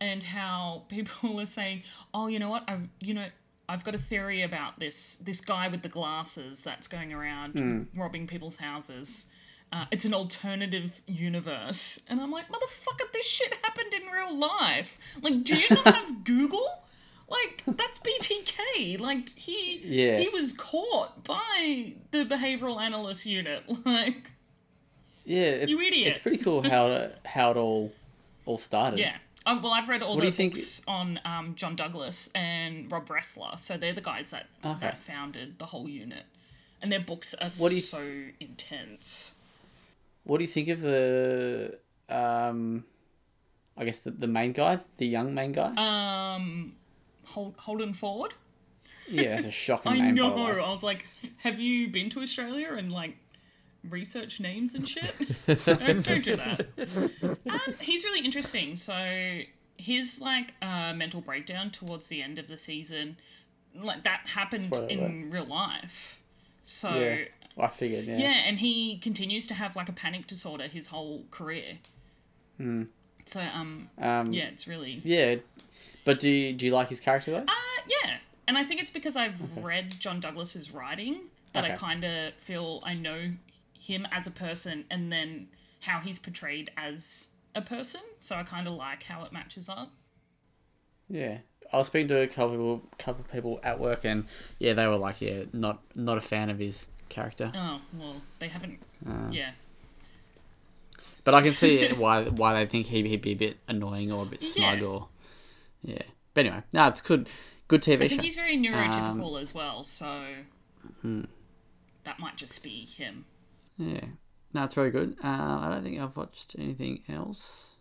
and how [laughs] people are saying, "Oh, you know what? I you know I've got a theory about this this guy with the glasses that's going around robbing people's houses." uh, it's an alternative universe. And I'm like, motherfucker, this shit happened in real life. Like, do you not
[laughs]
have Google? Like, that's BTK. Like, he
Yeah.
he was caught by the behavioral analyst unit. [laughs] Like,
Yeah, it's,
You idiot.
it's pretty cool how it,
[laughs]
how it all all started.
yeah. Um, well, I've read all
What do
the
you think-
books on um, John Douglas and Rob Ressler. So they're the guys that,
Okay.
that founded the whole unit. And their books are
What do you
so intense.
What do you think of the um I guess the, the main guy, the young main guy?
Um, Hol- Holden Ford?
yeah, that's a
[laughs]
shocking
I
name.
know.
By the way.
I was like, have you been to Australia and like research names and
[laughs]
shit? don't, don't do that. Um, he's really interesting. So his like uh, mental breakdown towards the end of the season, like that happened
Spoiler
in
alert.
real life. So
Yeah.
[laughs]
Well, I figured, yeah.
yeah, and he continues to have like a panic disorder his whole career.
Hmm.
So um,
Um
yeah,
yeah.
it's really
But do you, do you like his character though?
Uh, yeah. And I think it's because I've read John Douglas's writing that I
Okay.
kind of feel I know him as a person and then how he's portrayed as a person. So I kind of like how it matches up.
Yeah. I was speaking to a couple people, couple people at work, and yeah, they were like, yeah, not not a fan of his
[laughs]
character.
Oh, well, they haven't. yeah.
But I can see it why why they think he he'd be a bit annoying or a bit smug
Yeah.
or yeah. But anyway, no, it's good good TV
I
show.
think he's very neurotypical as well. So that might just be him.
Yeah, no, it's very good. Um, I don't think I've watched anything else.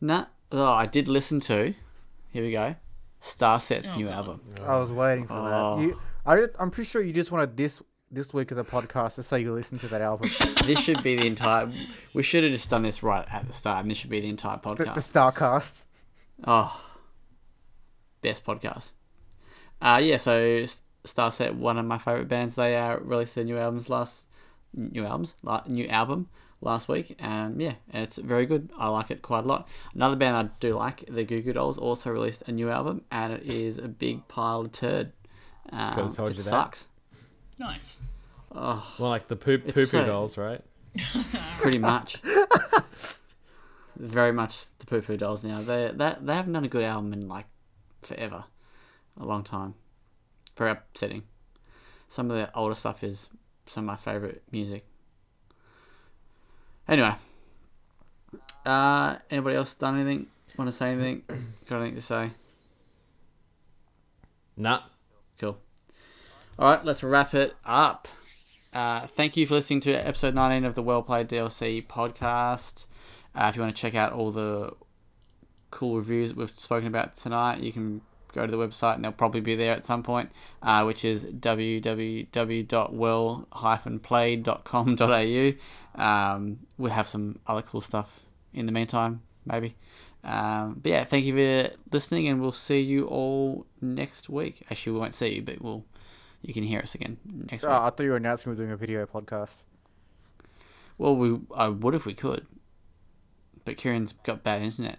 Nah. Oh, I did listen to. Here we go. Star Set's
Oh,
new
God.
album.
I was waiting for
Oh.
that. You, I, did- I'm pretty sure you just wanted this this week of the podcast to say you listened to that album,
this should be the entire. We should have just done this right at the start, and this should be the entire
the, the
podcast.
Starcast.
Oh, best podcast. Uh, yeah, so S- Star Set, one of my favorite bands, they uh, released their new albums last new albums la- new album last week. Um, yeah, and it's very good. I like it quite a lot. Another band I do like, the Goo Goo Dolls, also released a new album, and it is a big pile of turd. Um,
told
it
you that.
sucks
Nice.
Well, like the poop
It's
poo poo
so-
dolls, right?
pretty much. very much the Poo Poo Dolls now. They that they haven't done a good album in like forever, a long time. Very upsetting. Some of their older stuff is some of my favorite music. Anyway, uh, anybody else done anything? Want to say anything? Got anything to say?
Nah.
Cool. All right, let's wrap it up. Uh, thank you for listening to episode 19 of the Well Played DLC podcast. Uh, if you want to check out all the cool reviews that we've spoken about tonight, you can go to the website and they'll probably be there at some point, uh, which is www.well-played.com.au. Um, we'll have some other cool stuff in the meantime, maybe. Um, but yeah, thank you for listening, and we'll see you all next week. Actually, we won't see you, but we'll you can hear us again next
Oh,
week.
I thought you were announcing we we're doing a video podcast.
Well, we I would if we could, but Kieran's got
[laughs]
bad internet.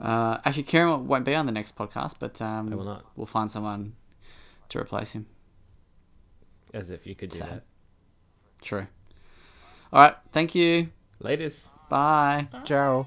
uh, actually, Kieran won't be on the next podcast, but um,
I will not.
we'll find someone to replace him.
As if you could do
Sad.
that.
True. All right. Thank you.
Latest.
Bye.
Ciao.